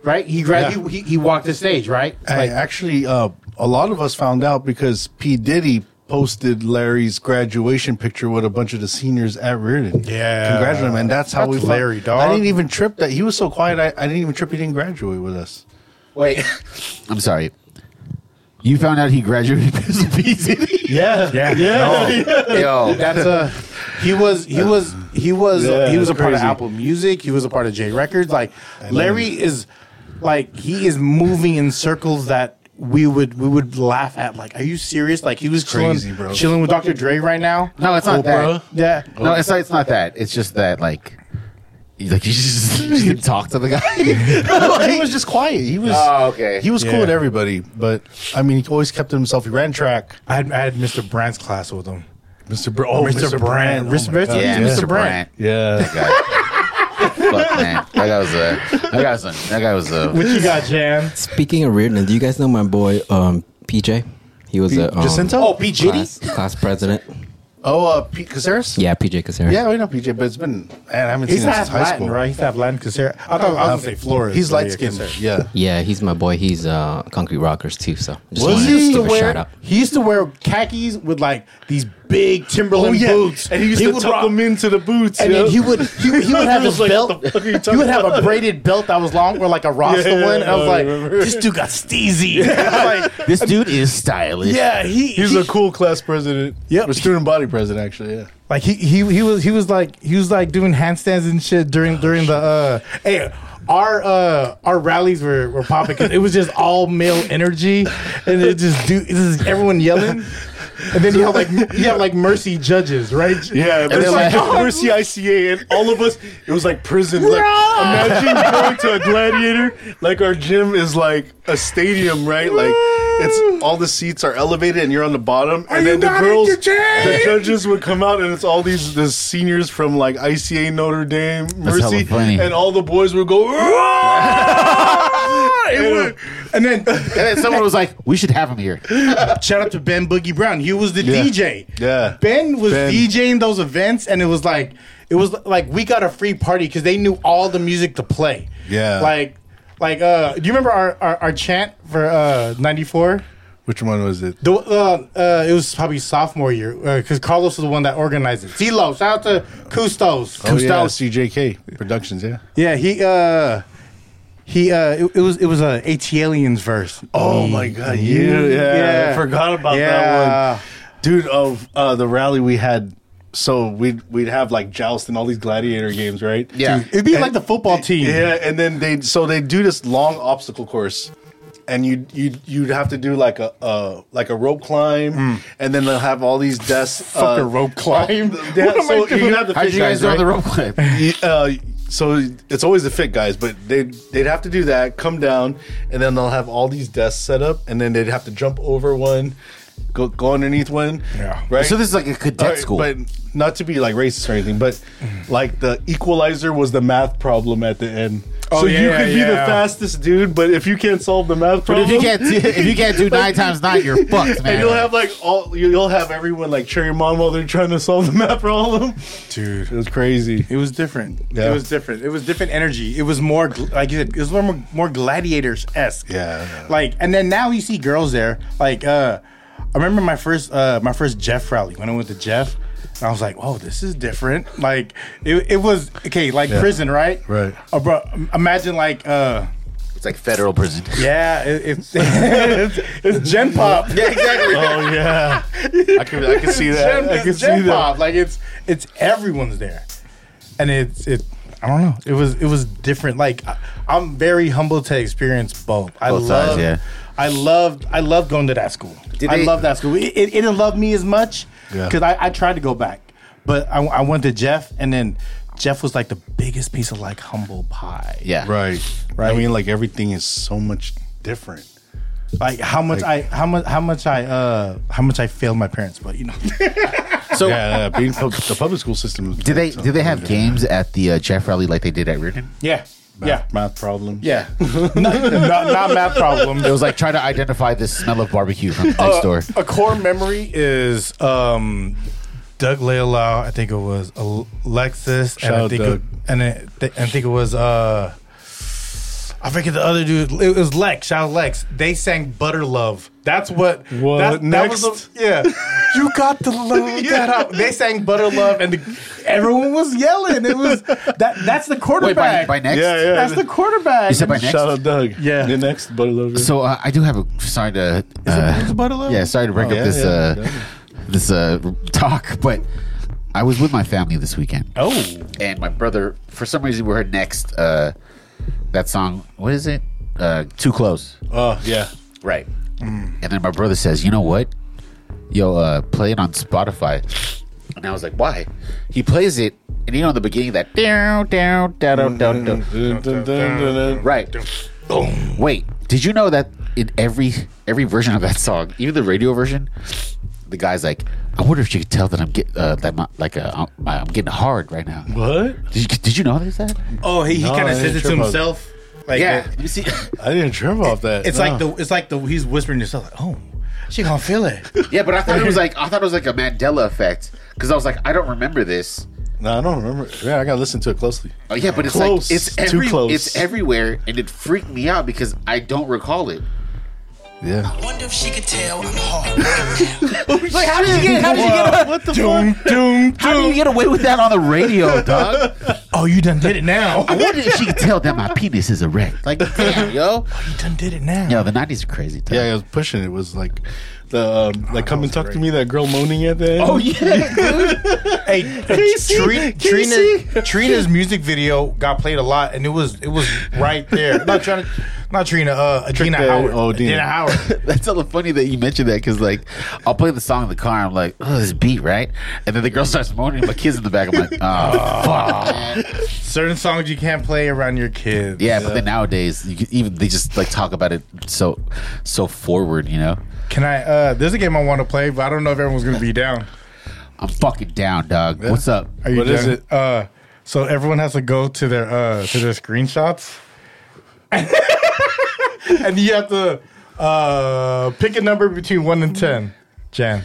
S6: right, he, grad-
S4: Yeah.
S6: he he he walked the stage. Right,
S4: I actually, uh, a lot of us found out because P Diddy posted Larry's graduation picture with a bunch of the seniors at Reardon.
S6: Yeah.
S4: congratulate him, and that's how
S6: That's
S4: we found-
S6: Larry, dog.
S4: I didn't even trip that he was so quiet. I, I didn't even trip he didn't graduate with us.
S2: Wait, I'm sorry. You found out he graduated because of PCD?
S4: Yeah,
S6: yeah,
S2: Yo,
S6: That's a he was he was he was
S4: Yeah,
S6: he was a part of
S4: crazy.
S6: Apple Music. He was a part of J Records. Like Larry is like he is moving in circles that we would we would laugh at. Like, are you serious? Like he was
S4: Crazy,
S6: chilling,
S4: bro.
S6: chilling with Dr. Dre right now.
S2: no, it's not
S4: Oprah?
S2: that.
S6: Yeah.
S2: No, it's not, it's not that. It's just that like, you- like you just, you just didn't talk to the guy.
S4: he was just quiet. He was.
S2: Oh, okay.
S4: He was
S6: Yeah.
S4: cool with everybody, but I mean, he always kept to himself. He ran track.
S6: I had, I had Mr. Brandt's class with him.
S4: Mr. Br- oh,
S6: Mr. Brand. Mr.
S4: my God.
S6: Yeah, Mr. Brand.
S4: Yeah.
S2: Fuck man, that guy was a that guy was a that guy was a.
S6: What you got, Jan?
S3: Speaking of Reardon, do you guys know my boy um, PJ? He was a um,
S4: Jacinto?
S6: Oh, P. Diddy?
S3: class, class president.
S4: Oh, uh, Pete Caceres?
S3: Yeah, PJ Casera.
S4: Yeah, we know PJ, but it's been, man, I haven't
S6: He's
S4: seen him since
S6: half
S4: high
S6: Latin,
S4: school.
S6: right? He's half Latin. Cause here, I thought I was gonna say Flores.
S4: He's
S6: but yeah,
S4: light skinned.
S6: Caceres.
S4: Yeah.
S3: Yeah, he's my boy. He's uh, Concrete Rockers too. So just
S6: Well,
S3: wanted
S6: he
S3: to
S6: used to
S3: give a shout
S6: wear
S3: out.
S6: he used to wear khakis with like these big Timberland boots,
S4: Oh, And he used to
S6: would
S4: tuck
S6: rock-
S4: them into the boots.
S6: And
S4: yeah.
S6: then he would he, he would have his belt. He would have a braided belt that was long or like a Rasta
S4: Yeah,
S6: one. And I
S4: I
S6: was like,
S4: remember.
S6: this dude got steezy. I was like,
S2: This dude is stylish.
S6: yeah, he
S4: He was
S6: he-
S4: a cool class president.
S6: Yep.
S4: Or student body president, actually, yeah.
S6: like he, he he was he was like he was like doing handstands and shit during during the uh hey our uh our rallies were were popping 'cause it was just all male energy and it just do this is everyone yelling and then you have like you have like mercy judges right
S4: Yeah,
S6: they're
S4: there's like,
S6: like-
S4: Mercy ICA, and all of us, it was like prison. Like, imagine going to a gladiator, like our gym is like a stadium, right? Like, it's all the seats are elevated and you're on the bottom, and then
S6: you
S4: the
S6: not
S4: girls, the
S6: entertained?
S4: judges would come out, and it's all these the seniors from like ICA Notre Dame,
S2: hella
S4: Mercy,
S2: funny.
S4: and all the boys would go, "Rah!"
S6: it would. And then
S2: And then someone was like, "We should have him here."
S6: shout out to Ben Boogie Brown. He was the
S4: Yeah.
S6: DJ.
S4: Yeah.
S6: Ben was
S4: Ben.
S6: DJing those events, and it was like it was like we got a free party because they knew all the music to play.
S4: Yeah.
S6: Like, like uh, do you remember our our, our chant for uh '94?
S4: Which one was it?
S6: The, uh, uh, it was probably sophomore year because Carlos was the one that organized it. Zelo, shout out to Custos.
S4: Oh, yeah,
S6: Custos.
S4: CJK Productions, yeah.
S6: Yeah, he uh he uh it, it was it was a ATLians verse. Mm.
S4: Oh my god, yeah, yeah,
S6: Yeah.
S4: I forgot about
S6: Yeah.
S4: that one, dude. Of uh, the rally we had, so we'd we'd have like joust and all these gladiator games, right?
S2: Yeah.
S6: It'd be like the football team.
S4: yeah, and then they so they do this long obstacle course. And you you you'd have to do like a uh, like a rope climb, and then they'll have all these desks.
S6: Fuck
S4: uh,
S6: a Mm. rope climb.
S4: Yeah,
S6: What am
S4: so
S6: I doing?
S4: you have the
S2: How'd
S4: fit
S2: you guys
S4: guys,
S2: do on
S4: right?
S2: the rope clip?
S4: Y- uh, so it's always the fit guys, but they'd they'd have to do that, come down, and then they'll have all these desks set up, and then they'd have to jump over one, go go underneath one,
S6: Yeah.
S4: right.
S2: So this is like a cadet
S4: Alright,
S2: school.
S4: but not to be like racist or anything, but like the equalizer was the math problem at the end.
S6: Oh,
S4: so you
S6: yeah,
S4: could be the
S6: yeah.
S4: fastest dude, but if you can't solve the
S2: But
S4: math
S2: if
S4: problem,
S2: you can't, if you can't do nine times nine, you're fucked, man.
S4: and you'll have like all you- you'll have everyone like cheer your mom while they're trying to solve the math problem.
S6: Dude.
S4: It was crazy.
S6: It was different.
S4: Yeah.
S6: It was different. It was different energy. It was more gl- like you said, it was more more gladiators esque.
S4: Yeah, I know.
S6: Like and then now you see girls there. Like uh I remember my first uh my first Jeff rally when I went to Jeff. And I was like, "Whoa, this is different." Like it, it was okay, like prison, right?
S4: Right.
S6: Uh, bro, imagine like uh
S1: It's like federal prison.
S6: Yeah, it, it's, it's it's Gen Pop.
S1: yeah, exactly.
S4: Oh yeah, I can I can see that.
S6: Gen,
S4: I can
S6: it's
S4: see
S6: Gen
S4: that.
S6: Pop. Like it's it's everyone's there, and it's it. I don't know. It was it was different. Like I, I'm very humble to experience both. I
S1: Both sides,
S6: love.
S1: yeah.
S6: I loved I loved going to that school.
S1: Did
S6: I
S1: they-
S6: loved that school. It, it, it didn't love me as much
S4: Yeah.
S6: because I, I tried to go back, but I, I went to Jeff, and then Jeff was like the biggest piece of like humble pie.
S2: yeah,
S4: Right. Right. I mean, like everything is so much different.
S6: like how much I how much how much I uh how much I failed my parents, but you know.
S2: So
S4: Yeah, yeah being pub- the public school system. is-
S2: do they do they have games at the uh, Jeff Rally like they did at Reardon?
S6: Yeah.
S4: math,
S6: Yeah.
S4: math problems?
S6: Yeah. not, not, not math problem.
S2: It was like trying to identify the smell of barbecue from next
S4: Uh,
S2: door.
S6: Uh, A core memory is um Doug Lealau, I think it was Al- Alexis,
S4: Shout
S6: and I
S4: out
S6: think
S4: Doug.
S6: It, and I, th- I think it was uh I forget the other dude. It was Lex. Shout out Lex. They sang "Butter Love." That's what.
S4: What?
S6: that, that was
S4: Next.
S6: the- yeah, you got the love that out. They sang "Butter Love," and the, everyone was yelling. It was that. That's the
S2: Wait, by,
S6: quarterback.
S2: by next?
S4: Yeah, yeah.
S6: That's the quarterback.
S2: You said by next.
S4: Shout out Doug.
S6: Yeah.
S4: The next butter lover.
S2: So uh, I do have a sorry to uh,
S6: Butterlove?
S2: yeah sorry to break
S4: Oh,
S2: up
S4: yeah,
S2: this uh,
S4: yeah,
S2: this uh, talk, but I was with my family this weekend,
S6: Oh,
S2: and my brother for some reason we heard next uh, that song. What is it? Uh, Too close.
S4: oh yeah. Mm.
S2: Right. And then my brother says, "You know what? Yo, uh, play it on Spotify." And I was like, "Why?" He plays it, and you know, in the beginning, that down, down, down, down, down, down.
S4: Dun, dun, dun, dun, dun.
S2: Right. Boom. Wait, did you know that in every every version of that song, even the radio version, the guy's like, "I wonder if you could tell that I'm get uh, that my, like uh, I'm- I'm getting hard right now."
S4: What?
S2: Did you, did you notice that?
S6: oh, he, he
S4: No,
S6: kind
S4: I
S6: of says
S4: didn't
S6: it to
S4: trip up.
S6: himself. Like, uh,
S2: Let me see.
S4: I didn't trip off that.
S6: It's
S4: No.
S6: like the it's like the he's whispering to himself like, oh, she gonna feel it.
S2: yeah, but I thought it was like I thought it was like a Mandela effect because I was like, I don't remember this.
S4: No, I don't remember. Yeah, I gotta listen to it closely.
S2: Oh, yeah, but it's
S4: Close.
S2: like it's
S4: Too
S2: every,
S4: close.
S2: it's everywhere, and it freaked me out because I don't recall it.
S4: Yeah.
S7: Wonder if she could tell I'm hard.
S2: Like, how did you get? How did you get?
S4: What the fuck?
S2: How did you get away with that on the radio, dog?
S6: Oh, you done did it now.
S2: I wonder if she could tell that my penis is erect. Like, damn, yo.
S6: you done did it now.
S2: Yo, the nineties are crazy. Dog.
S4: Yeah, I was pushing. It was like the um, like come and talk to me. That girl moaning at the end.
S2: Oh yeah, dude.
S6: Hey, Tri- Trina, Trina's music video got played a lot, and it was it was right there. Not trying to, not Trina, uh, Adina
S4: the-
S6: Howard.
S4: oh, Adina.
S6: Adina Howard.
S2: That's hella funny that you mentioned that because like I'll play the song in the car. I'm like, oh, this beat right, and then the girl starts moaning. My kids in the back. I'm like, oh fuck.
S6: Certain songs you can't play around your kids.
S2: Yeah, but then nowadays, you can, even they just like talk about it so so forward. You know,
S6: Can I? uh There's a game I want to play, but I don't know if everyone's gonna be down.
S2: I'm fucking down, dog. What's up?
S6: Are you
S4: What is
S6: done?
S4: it?
S6: Uh, so everyone has to go to their uh, to their screenshots. and you have to uh, pick a number between one and ten. Jan.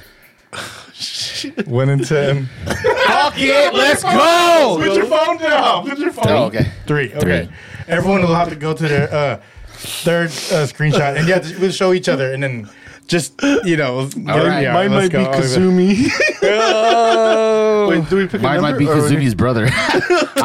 S6: One and ten.
S2: Fuck it, let's
S4: Oh,
S2: go.
S6: Put your phone down. Put your phone.
S2: Oh, okay.
S6: Three. Okay. Everyone will have to go to their uh, third uh, screenshot, and you have to we'll show each other, and then just you know.
S2: right.
S6: yeah,
S4: Mine
S6: let's
S4: might be
S6: go.
S4: Kazumi. Wait, do we pick
S2: Mine
S4: a number?
S2: might be
S4: or-
S2: Kazumi's brother. I'm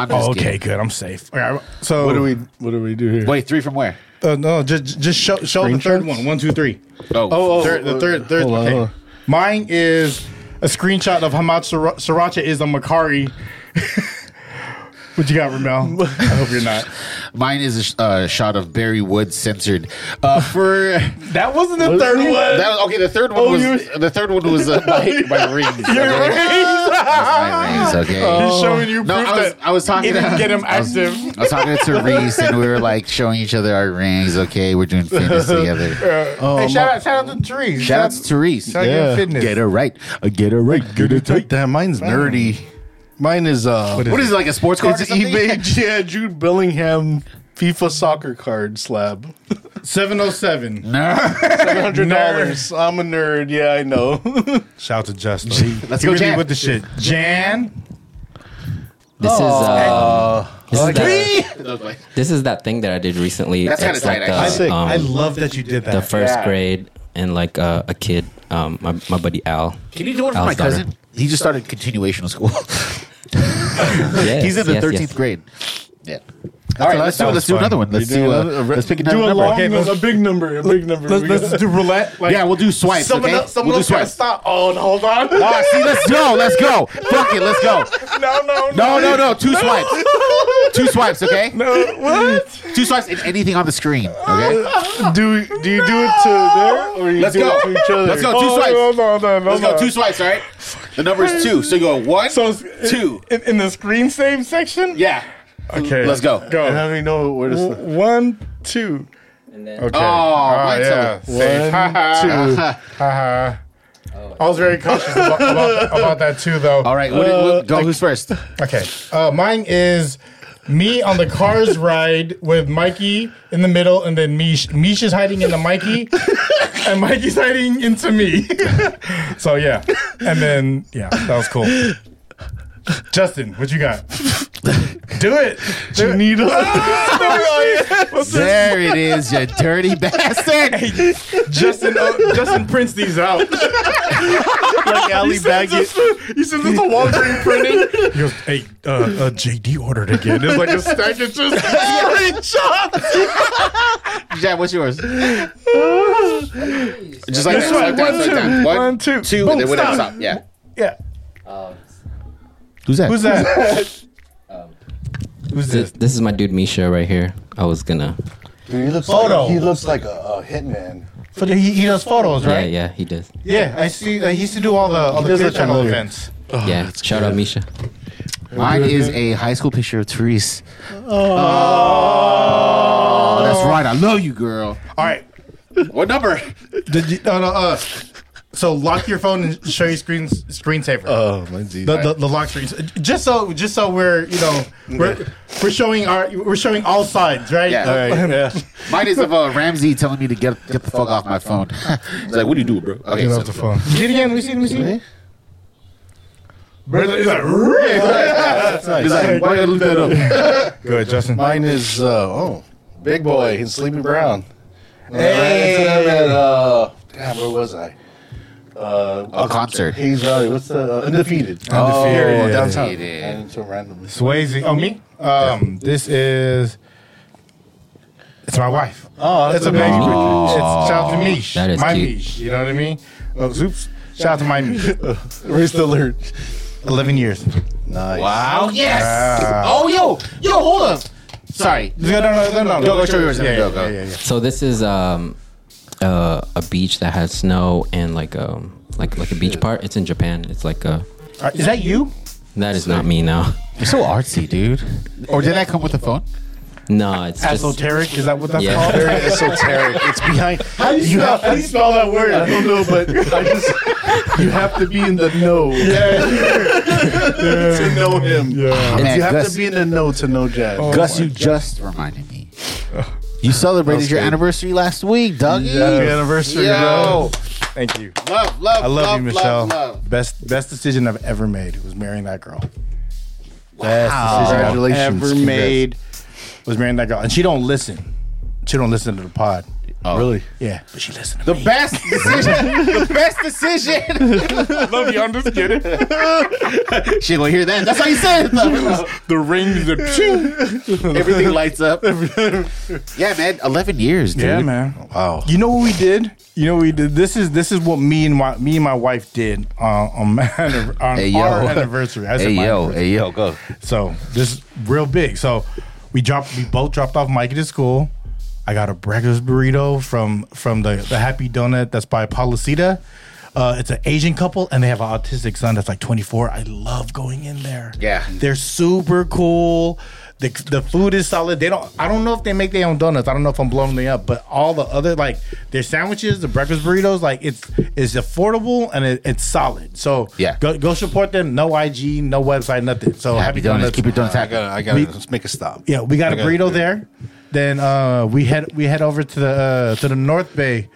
S2: just
S6: Oh,
S2: kidding.
S6: okay, good. I'm safe. All right, so
S4: What do we? What do we do here?
S2: Wait, three from where?
S6: Uh, no, just just show show the third one. One, two, three.
S2: Oh,
S4: Oh,
S6: Third, the third, third.
S4: hold on,
S6: okay.
S4: hold on.
S6: Mine is a screenshot of how much sira- sriracha is a Macari. what you got, Ramel? I hope you're not.
S2: Mine is a sh- uh, shot of Barry Wood censored. Uh, for
S6: That wasn't the third one.
S2: that was, okay, the third one
S6: Oh,
S2: was
S6: you-
S2: the third one was uh, my, my rings. okay? That's my rings. Okay.
S6: He's showing you
S2: No,
S6: proof
S2: I was-
S6: that
S2: I was talking
S6: it Oh. didn't
S2: to-
S6: get him
S2: I was-
S6: active.
S2: I was talking to Reese and we were like showing each other our rings. Okay, we're doing fitness together.
S6: hey, shout out, shout out to Therese.
S2: Shout out to Therese.
S6: shout out to
S4: Yeah.
S6: fitness.
S2: Get it right. Uh, Get it right. Get it right.
S4: Damn, mine's nerdy. Mine is uh.
S2: What is it, like a sports card?
S4: It's
S2: or something?
S4: eBay. Yeah, Jude Bellingham FIFA soccer card slab.
S6: Seven oh seven.
S4: Seven hundred dollars. I'm a nerd. Yeah, I know.
S6: Shout out to Justin.
S2: Let's
S6: He
S2: go,
S6: really
S2: Jan.
S6: with the shit. Jan.
S3: This is uh, this, is that,
S2: No.
S3: this is that thing that I did recently.
S2: That's kinda
S3: It's like
S2: tight,
S3: the,
S2: actually.
S6: Sick.
S3: um,
S6: I love that you did that.
S3: the first grade and like uh, a kid, um, my, my buddy Al.
S2: Can you do one for
S3: Al's
S2: my
S3: daughter.
S2: cousin? He just started continuational school.
S3: Yes,
S2: He's in the
S3: yes, yes.
S2: thirteenth grade. Yeah. All right, let's do,
S6: that
S2: let's
S6: was
S2: do
S6: fun.
S2: another one. Let's do, uh, let's pick another
S4: Do a
S2: number.
S4: long,
S6: Okay, let's-
S4: a big number, a big number.
S6: Let's,
S4: We
S6: let's
S4: got-
S6: do roulette. Like,
S2: yeah, we'll do swipes.
S6: someone
S2: okay?
S6: else, someone
S2: we'll
S6: else
S2: do
S6: gotta
S2: swipes.
S6: stop. Oh, no, hold on.
S2: Ah, see, let's go. Let's go. Fuck it. Let's go.
S6: no, no,
S2: No, no, no. Two swipes. Two swipes. Okay.
S6: What?
S2: Two swipes and anything on the screen. Okay.
S4: do we- do you do it to there or you
S2: Let's
S4: do
S2: go.
S4: it to each other?
S2: Let's go. Two
S6: Oh,
S2: swipes.
S6: no, no, no, no,
S2: Let's
S6: no.
S2: go. Two swipes. All right. The number is two. So you go one,
S6: So it's
S2: two.
S6: in, in the screen save section.
S2: Yeah.
S6: Okay,
S2: Let's go.
S6: Go.
S4: And how do we know where to stop?
S6: W- One, two. Okay. Ah,
S2: Oh, mine's
S6: yeah.
S2: a-
S6: Safe. Ha ha. Ha ha. I was very cautious about, about, about that too, though.
S2: All right. What, did- what-
S6: Uh,
S2: go. who's first?
S6: Okay. Uh, mine is me on the cars ride with Mikey in the middle, and then Mish. Mish is hiding into Mikey, and Mikey's hiding into me. so yeah, and then yeah, that was cool. Justin, what you got? Do it. Do it.
S4: Need a-
S2: There it is, you dirty bastard.
S6: Justin, oh, Justin prints these out.
S4: like Ali Baggett.
S6: He sends us a Walgreens printing. He goes, "Hey, uh, uh, JD ordered again." It's like a stack of just screenshots.
S2: Jack, what's yours? Just like
S6: This
S2: that.
S6: one,
S2: Like that,
S6: one,
S2: like
S6: two,
S2: that.
S6: one, two.
S2: two, and then
S6: Boom,
S2: whatever.
S6: stop.
S2: Stop. Yeah.
S6: Yeah.
S2: Who's that?
S6: Who's that? Who's
S3: This,
S6: this?
S3: this is my dude Misha right here. I was gonna.
S1: Dude, he looks
S6: Photo.
S1: like he looks like a, a hitman.
S6: For the, he, he does photos, right?
S3: Yeah, yeah, he does.
S6: Yeah, I see. Uh, he used to do all the all the
S4: does
S6: Clear
S4: look
S6: channel
S4: familiar.
S6: events.
S3: yeah, shout out Misha.
S2: Mine is a high school picture of Therese. Oh. that's right. I love you, girl.
S6: All right.
S2: What number?
S6: Did you, no, no, uh, so lock your phone and show your screens screensaver.
S4: Oh, mine's easy.
S6: the, the, the lock screens. Just so just so we're you know we're we're showing our we're showing all sides, right?
S2: Yeah.
S6: Uh,
S4: All right, yeah.
S2: Mine is of uh, Ramsey telling me to get get the fuck off my phone. He's like, "What do you do, bro?" Okay,
S6: Get
S2: so-
S6: off the phone. Do it again. Let me see. Let me see. Brother, it's like,
S2: He's like, "Why you look that up?"
S6: Good, Justin.
S1: Mine is uh, oh, Big Boy and Sleepy Brown.
S6: Hey.
S1: Hey, at, uh, damn, where was I?
S2: A concert.
S1: He's uh, what's the uh, undefeated?
S6: Oh,
S1: Oh, downtown.
S2: Undefeated.
S1: And it's a random.
S6: Swayze. Oh, me? Um, this is. It's my wife.
S4: Oh,
S6: It's a baby. It's shout out to Mish.
S3: That is
S6: my
S3: cute.
S6: Mish. You know what I mean? Oh, oops. Shout out to my Mish.
S4: Raise the alert.
S6: 11 years.
S1: Nice.
S2: Wow. Yes. Oh, yo, yo, hold up. Sorry.
S6: No, no, no, no.
S2: Go, go, show yours.
S6: Yeah,
S2: Go,
S6: yeah,
S2: go.
S6: yeah, yeah, yeah.
S3: So this is um uh, a beach that has snow and like um like like a beach part. It's in Japan. It's like a
S6: All right, Uh, Is that you?
S3: that is not me now.
S2: You're so artsy, dude. Or did I come with the phone?
S3: No, it's just
S6: Esoteric? Is that what that's
S3: Yeah.
S6: called?
S1: Very esoteric. It's behind.
S6: How do you spell, how do you spell that word?
S4: I don't know, but I just you have to be in the know to know him.
S6: Yeah.
S2: Man,
S4: You have
S2: Gus,
S4: Oh to be in the know to know Jazz.
S2: Gus, you just reminded me. You celebrated
S6: was
S2: your
S6: good.
S2: anniversary last week, Dougie.
S6: Happy anniversary,
S2: Yo.
S6: bro. Thank you.
S2: Love, love,
S6: I love,
S2: love
S6: you, Michelle.
S2: Love, love.
S6: Best best decision I've ever made was marrying that girl. Best decision
S4: Congratulations.
S6: I've ever
S4: Congrats.
S6: made was marrying that girl, and she don't listen. She don't listen to the pod.
S2: Oh.
S4: Really?
S6: Yeah, but she listened.
S2: The best decision. the best decision. love you. I'm just kidding. she gonna hear that. That's how you say it. though.
S8: The ring, the
S2: Everything lights up. yeah, man. Eleven years, dude.
S6: Yeah, man.
S2: Wow.
S6: You know what we did? You know what we did. This is this is what me and my me and my wife did uh, on my anniver- on
S2: Hey, yo.
S6: our anniversary. I said
S2: Hey
S6: my
S2: yo,
S6: anniversary.
S2: hey yo, go.
S6: So this is real big. So we dropped we both dropped off Mikey to school. I got a breakfast burrito from from the, the Happy Donut that's by Policita. Uh, it's an Asian couple and they have an autistic son that's like 24. I love going in there.
S2: Yeah.
S6: They're super cool. The, the food is solid. They don't I don't know if they make their own donuts. I don't know if I'm blowing them up, but all the other like their sandwiches, the breakfast burritos, like it's it's affordable and it, it's solid. So
S2: Yeah.
S6: go go support them. No IG, no website, nothing. So
S2: Happy donuts. Keep your donuts
S4: I
S2: happy.
S4: gotta, I gotta let's make a stop.
S6: yeah, we got a burrito there. Then uh, we head we head over to the uh, to the North Bay.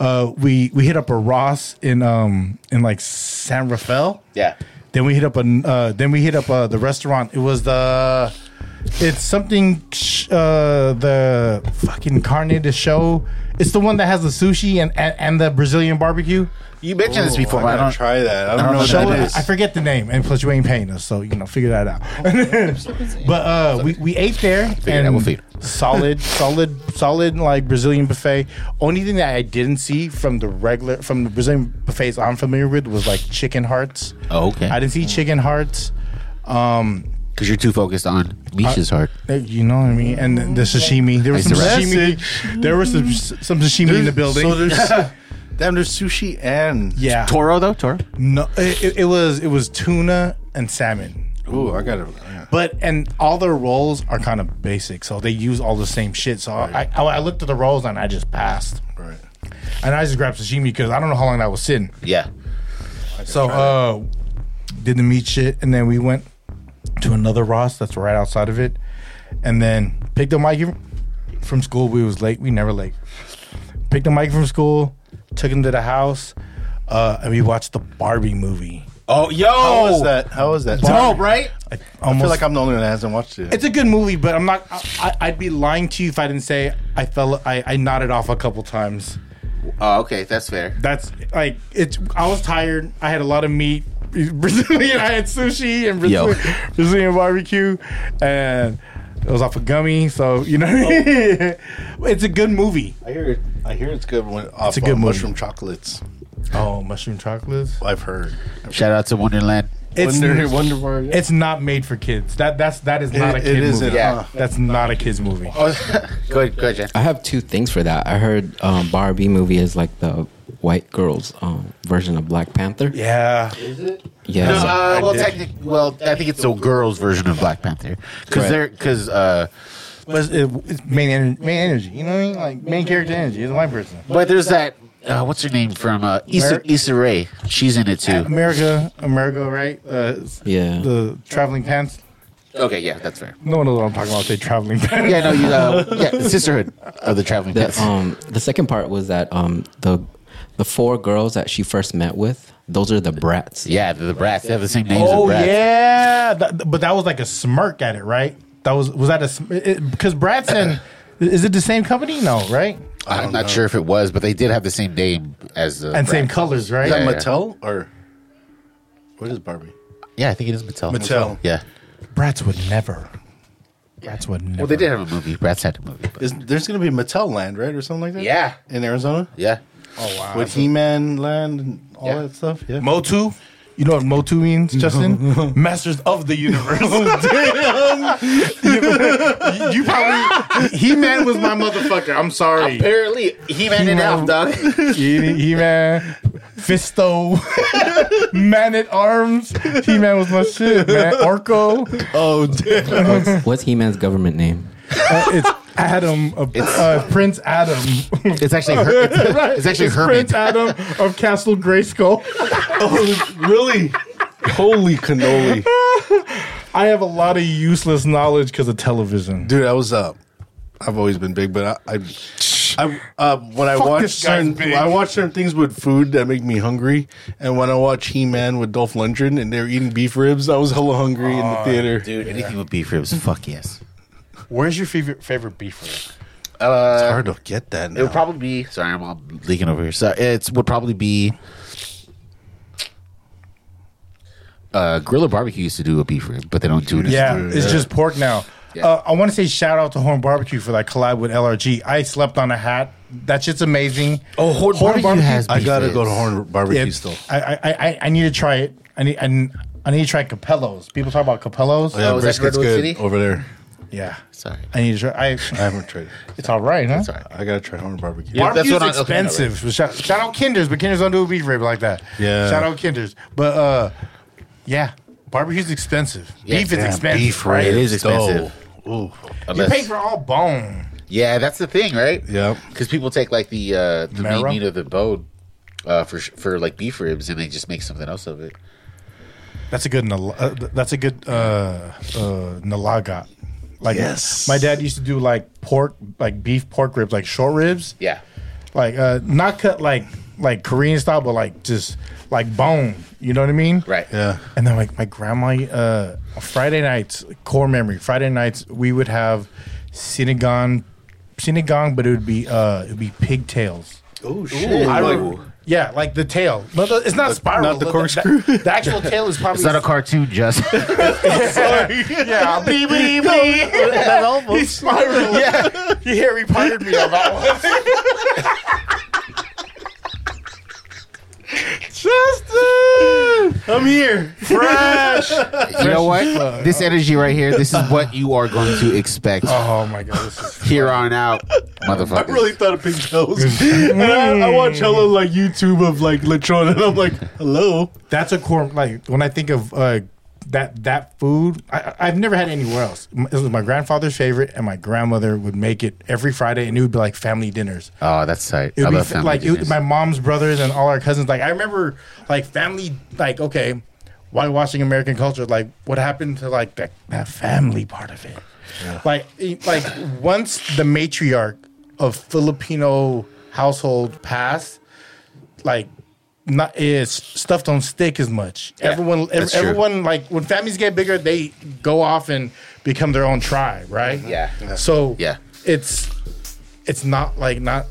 S6: Uh, we we hit up a Ross in um in like San Rafael.
S2: Yeah.
S6: Then we hit up a uh, then we hit up uh, the restaurant. It was the it's something sh- uh, the fucking carne de show. It's the one that has the sushi and and, and the Brazilian barbecue.
S2: You mentioned this before.
S4: Before
S2: but
S4: I
S2: I
S4: gotta
S2: don't.
S4: try that. I don't,
S2: don't
S4: know what
S2: know
S6: Show
S4: that
S2: what
S4: is.
S6: I forget the name, and plus you ain't paying us, so you know, figure that out. but uh, we we ate there
S2: Oh, it out,
S6: and
S2: we'll feed.
S6: solid, solid, solid like Brazilian buffet. Only thing that I didn't see from the regular from the Brazilian buffets I'm familiar with was like chicken hearts.
S2: Oh, okay.
S6: I didn't see chicken hearts. Um,
S2: Because you're too focused on Misha's heart.
S6: you know what I mean? And the sashimi. There was
S2: Is
S6: some
S2: the rest-
S6: sashimi. There was some some sashimi in the building.
S4: So there's, damn, there's sushi and
S6: yeah.
S2: Toro though, Toro.
S6: No, it, it- it was it was tuna and salmon.
S4: Ooh, I gotta. yeah.
S6: But and all their roles are kind of basic, so they use all the same shit. So I, I, I looked at the rolls and I just passed,
S4: Right.
S6: and I just grabbed sashimi because I don't know how long that was sitting.
S2: Yeah.
S6: So uh, did the meat shit, and then we went to another Ross that's right outside of it, and then picked up Mikey from school. We was late. We never late. Picked up Mikey from school, took him to the house, uh, and we watched the Barbie movie.
S2: Oh, yo.
S4: How was that? How was that?
S6: Dope,
S4: right?
S6: I
S4: I feel
S6: almost
S4: like I'm the only one that hasn't watched it.
S6: It's a good movie, but I'm not. I, I, I'd be lying to you if I didn't say I fell. I, I nodded off a couple times.
S2: Oh, okay. That's fair.
S6: That's like it's. I was tired. I had a lot of meat. Brazilian. I had sushi and
S2: Yo.
S6: Brazilian, Brazilian barbecue, and it was off a gummy. So you know, it's a good movie.
S4: I hear it. I hear it's good when off
S6: a good
S4: on
S6: movie.
S4: mushroom chocolates.
S6: Oh, mushroom chocolates.
S4: I've heard.
S2: Shout out to Wonderland.
S6: It's
S4: Wonder, Wonder Bar. Yeah.
S6: it's not made for kids. That that's that is not
S4: It-
S6: a kid
S4: it isn't,
S6: movie.
S2: huh?
S6: That's not a kids movie.
S2: Oh, good, good, Jen.
S3: I have two things for that. I heard um, Barbie movie is like the white girls um, version of Black Panther.
S6: Yeah.
S3: Yeah.
S2: No,
S3: so-
S2: uh, well,
S6: did.
S2: technically, well, I think it's the girls' version of Black Panther because they're because uh,
S6: But it's, it's main, en- main energy. You know what I mean? Like main character energy. It's a white person.
S2: but there's that uh, what's her name from uh, Issa,
S6: Mer-
S2: Issa Rae, she's in it too.
S6: America, America, right? Uh,
S3: Yeah.
S6: The traveling pants.
S2: Okay, yeah, that's fair.
S6: No one knows what I'm talking about. They traveling pants.
S2: Yeah, no, you uh, yeah, the Sisterhood of the Traveling Pants.
S3: the, um, the second part was that um, the the four girls that she first met with, those are the brats.
S2: yeah, the, the brats. They have the same names. as
S6: Oh
S2: brats.
S6: yeah, That- but that was like a smirk at it, right? That was was that a because Bratz and is it the same company? No, right?
S2: I'm not sure if it was, but they did have the same name as the
S6: And same
S2: brats.
S6: colors, right?
S2: Yeah.
S4: Mattel or what is Barbie?
S2: Yeah, I think it is Mattel.
S6: Mattel.
S2: Yeah.
S6: Bratz would never. Bratz would never.
S2: Well, they did have a movie. Brats had a movie. but-
S4: Is, there's gonna be Mattel Land, right, or something like that?
S2: Yeah.
S4: in Arizona
S2: yeah.
S6: Oh wow.
S4: with He-Man Land and all
S2: Yeah.
S4: that stuff. Yeah,
S6: Motu. You know what Motu means, Justin? Masters of the Universe. Damn. you, you probably He Man was my mother. I'm sorry.
S2: Apparently, he man it out, dog.
S6: He Man, Fisto, Man at Arms. He Man was my shit, man. Orko.
S4: Oh, damn.
S3: What's He Man's government name?
S6: Uh, it's Adam, of, uh, Prince Adam.
S2: It's actually her- it's, it's actually Herman.
S6: Prince Adam of Castle Grayskull.
S4: oh, really? Holy cannoli,
S6: I have a lot of useless knowledge because of television.
S4: dude! I was uh, I've always been big, but I, I, I uh, when I
S6: Fuck
S4: watch
S6: this guy's
S4: certain,
S6: big.
S4: I watch certain things with food that make me hungry, and when I watch He Man with Dolph Lundgren and they're eating beef ribs, I was hella hungry in
S6: Oh,
S4: the theater.
S2: Dude, anything with beef ribs, fuck yes.
S6: Where's your favorite favorite beef rib?
S4: It's
S2: Uh,
S4: hard to get that.
S2: it
S4: Now.
S2: would probably be. Sorry, I'm all leaking over here. So it would probably be. Uh, Griller Barbecue used to do a beef rib, but they don't do it. anymore.
S6: Yeah, it's just pork now.
S2: Yeah.
S6: Uh, I want to say shout out to Horn Barbecue for that collab with LRG. I slept on a hat. That shit's amazing.
S2: Oh, Horn Barbecue has
S4: I
S2: beef
S4: gotta go
S2: ribs.
S4: to Horn Barbecue
S6: Yeah,
S2: Oh,
S4: still.
S6: I, I, I, I need to try it. I need I, I need to try Capellos. People talk about Capellos.
S4: Yeah,
S2: Oh, is that
S4: brisket's
S2: Redwood
S4: good
S2: City?
S4: over there.
S6: Yeah.
S2: Sorry.
S6: I need to try. I,
S4: I haven't tried.
S6: it's all right, huh?
S2: Sorry.
S4: I gotta try Horn Barbecue.
S2: Yeah.
S6: Barbecue's
S2: that's what I- okay,
S6: expensive. shout, shout out Kinders, but Kinders don't do a beef rib like that.
S4: Yeah.
S6: Shout out Kinders, but uh, yeah, barbecue's expensive.
S2: Yeah,
S6: beef is
S2: damn,
S6: expensive.
S4: beef rib.
S2: It is expensive.
S4: Ooh.
S6: You
S2: Unless-
S6: pay for all bone.
S2: yeah, that's the thing, right?
S4: Yeah.
S2: because people take like the uh, the main
S6: Marrow?
S2: meat of the bone uh, for sh- for like beef ribs, and they just make something else of it.
S6: That's a good. nal- Uh, th- that's a good uh, uh, nalaga. Like
S4: Yes.
S6: my dad used to do like pork, like beef pork ribs, like short ribs,
S2: Yeah,
S6: like uh, not cut like like Korean style, but like just like bone. You know what I mean?
S2: right.
S4: Yeah.
S6: And then like my grandma, uh, Friday nights, core memory. Friday nights we would have sinigang, sinigang, but it would be uh, it would be pigtails.
S4: Oh shit!
S6: I rem- yeah, like the tail. No, the- it's not spiral.
S4: not the
S6: but
S4: corkscrew?
S6: The, the actual tail is probably.
S2: It's not a cartoon, just
S6: yeah, blee, blee, blee. He spiraled. Yeah, he Harry Pottered me on that one.
S4: I'm here.
S2: you know
S6: Uh,
S2: what? This energy right here, this is what you are going to expect
S6: Oh my god, this is
S2: here on out,
S4: I
S2: motherfucker.
S4: really thought of pigtails. and I, I watch hella like YouTube of like Lechon, and I'm like, hello.
S6: that's a core. Like when I think of uh, that that food, I, I- I've never had anywhere else. M- It was my grandfather's favorite, and my grandmother would make it every Friday, and it would be like family dinners.
S2: oh, that's tight.
S6: It
S2: I
S6: would
S2: love
S6: be fa-
S2: family
S6: like it,
S2: dinners.
S6: would- my mom's brothers and all our cousins. Like I remember, like family, like okay, while watching American culture, like what happened to like that, that family part of it. Like it- like once the matriarch of Filipino household passed, like not is stuff don't stick as much. everyone, ev-
S2: that's true.
S6: everyone like when families get bigger, they go off and become their own tribe, right?
S2: Yeah. Yeah.
S6: So
S2: Yeah.
S6: it's it's not like not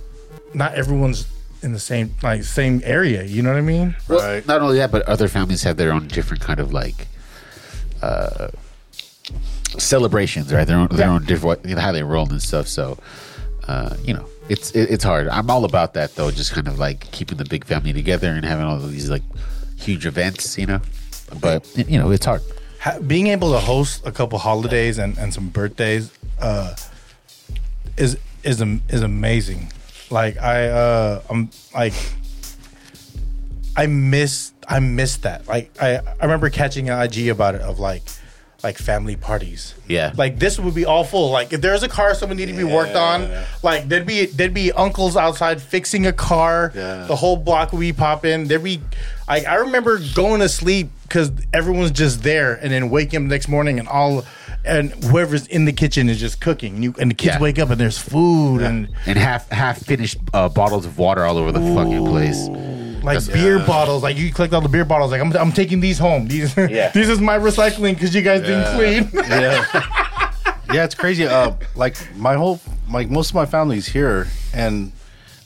S6: not everyone's in the same like same area. You know what I mean?
S2: Well,
S4: Right.
S2: Not only that, but other families have their own different kind of like uh, celebrations, right? Their own, their
S6: Yeah.
S2: own different you know, how they roll and stuff. So, uh, you know, it's it, it's hard. I'm all about that though, just kind of like keeping the big family together and having all of these like huge events, you know. But you know, it's hard.
S6: ha- being able to host a couple holidays and, and some birthdays uh, is is am- is amazing. Like I uh, I'm like I miss I miss that. Like I, I remember catching an IG about it of like like family parties.
S2: Yeah.
S6: Like this would be all full. Like if there's a car someone needed to be worked on, like there'd be there'd be uncles outside fixing a car.
S4: Yeah.
S6: The whole block would be popping. There'd be I, I remember going to sleep because everyone's just there and then waking up next morning and all and whoever's in the kitchen is just cooking. And you and the kids
S2: Yeah.
S6: wake up and there's food and
S2: And half half finished uh, bottles of water all over the fucking place.
S6: like
S2: That's-
S6: beer bottles. Like you collect all the beer bottles. Like I'm, I'm taking these home. These, this is my recycling because you guys didn't clean.
S4: Yeah. yeah, it's crazy. Uh, like my whole, like most of my family's here, and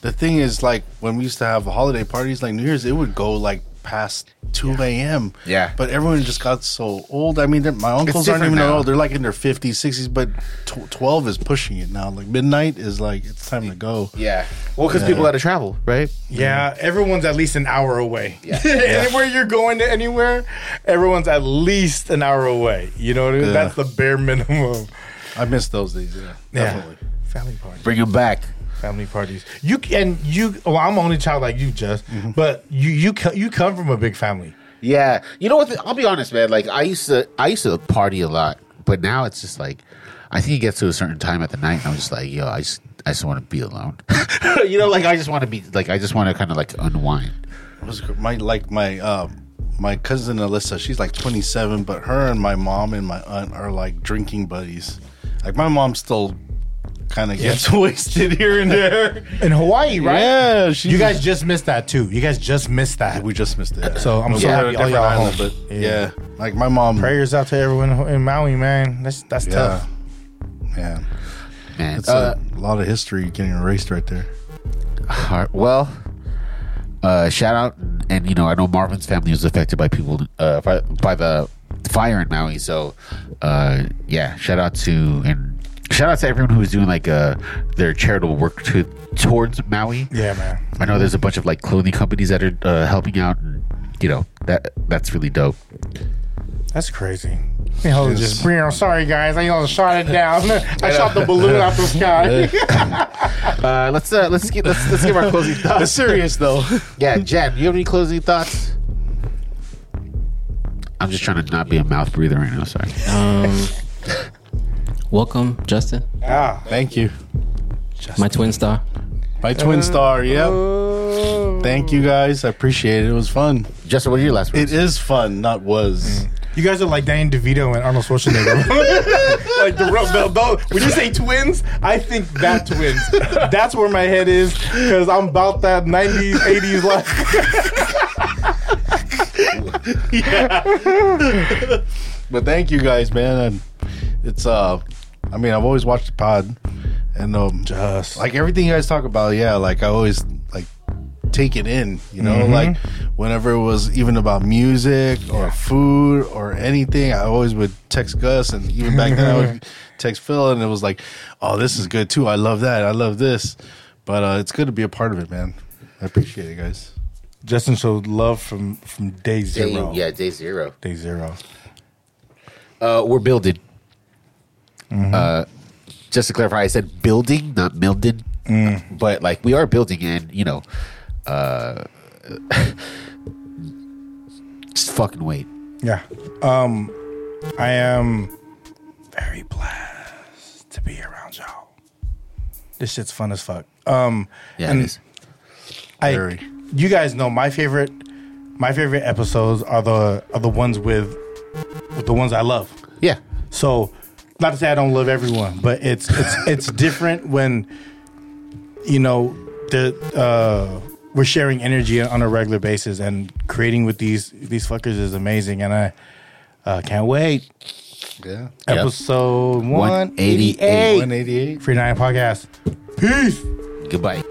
S4: the thing is, like when we used to have holiday parties, like New Year's, it would go like past two a.m.
S2: Yeah.
S4: but everyone just got so old. I mean, they're- my uncles aren't
S2: different
S4: even that
S2: now.
S4: old; they're like in their fifties, sixties. But tw- twelve is pushing it now. Like midnight is like it's time to go.
S2: Yeah. Well, because people had to travel, right?
S6: yeah, everyone's at least an hour away. anywhere you're going to anywhere, everyone's at least an hour away. You know what I mean?
S4: Yeah.
S6: That's the bare minimum.
S4: I miss those days. Yeah, definitely.
S6: Family parties.
S2: Bring them back.
S6: Family parties. You can you. Well, I'm only child like you, just. But you you co- you come from a big family.
S2: Yeah, you know what? I'll be honest, man. Like I used to, I used to party a lot, but now it's just like, I think it gets to a certain time at the night, and I'm just like, yo, I just, I just want to be alone. you know, like I just want to be, like I just want to kind of like unwind.
S4: was gr- my like my uh my cousin Alyssa, she's like 27, but her and my mom and my aunt are like drinking buddies. Like my mom still kind of gets
S9: It's wasted here and there.
S6: in Hawaii, right?
S4: Yeah, she
S6: You guys just missed that too. You guys just missed that.
S4: We just missed it.
S6: so I'm so
S4: Yeah,
S6: happy all
S4: different
S6: y'all are
S4: island,
S6: home.
S4: but yeah. like my mom.
S6: Prayers out to everyone in Maui, man. That's that's
S4: Yeah,
S6: tough.
S4: yeah.
S2: Man,
S4: It's
S2: uh,
S4: a lot of history getting erased right there.
S2: Har- Well, uh, shout out, and you know, I know Marvin's family was affected by people uh, by, by the fire in Maui. So, uh, yeah, shout out to and shout out to everyone who's doing like uh, their charitable work to towards Maui.
S6: Yeah, man.
S2: I know there's a bunch of like clothing companies that are uh, helping out. And, you know that that's really dope.
S6: That's crazy. Hey, hold it, just bring. I'm sorry, guys. I all shot it down. I shot the balloon out the sky.
S2: Uh, let's uh, let's get let's, let's give our closing
S9: It's
S2: thoughts.
S9: serious though.
S2: Yeah, Jen, you have any closing thoughts? I'm just trying to not be a mouth breather right now. Sorry.
S3: Um, welcome, Justin,
S6: ah,
S4: Thank you.
S3: my twin star.
S4: My twin star. Yep. Thank you guys. I appreciate it. It was fun.
S2: Justin, what are your last words?
S4: It is fun, not was.
S6: you guys are like Danny DeVito and Arnold Schwarzenegger. like the, ro- the, the when you say twins, I think that twins. That's where my head is because I'm about that 90s, 80s life.
S4: But thank you guys, man. And it's uh, I mean, I've always watched the pod, and um,
S6: Just
S4: like everything you guys talk about, yeah, like I always like take it in, you know, like whenever it was even about music or food or anything, I always would text Gus and even back then I would text Phil and it was like, Oh, this is good too. I love that. I love this. But uh, it's good to be a part of it, man. I appreciate it, guys.
S6: Justin showed love from from day zero.
S2: yeah, day zero.
S6: Day zero.
S2: Uh, we're building. Uh, just to clarify, I said building, not milded. But like we are building, and you know, uh, just fucking wait.
S6: Yeah. Um, I am very blessed to be around y'all. This shit's fun as fuck. Um,
S2: Yeah,
S6: and
S2: it is.
S6: I,
S4: Very.
S6: you guys know my favorite, my favorite episodes are the are the ones with, with the ones I love.
S2: Yeah,
S6: So, not to say I don't love everyone, but it's it's it's different when, you know, the uh, we're sharing energy on a regular basis and creating with these these fuckers is amazing, and I uh, can't wait.
S4: Yeah.
S6: Episode one eighty
S2: 188.
S6: eight,
S4: 188.
S6: free nine podcast. Peace.
S2: goodbye.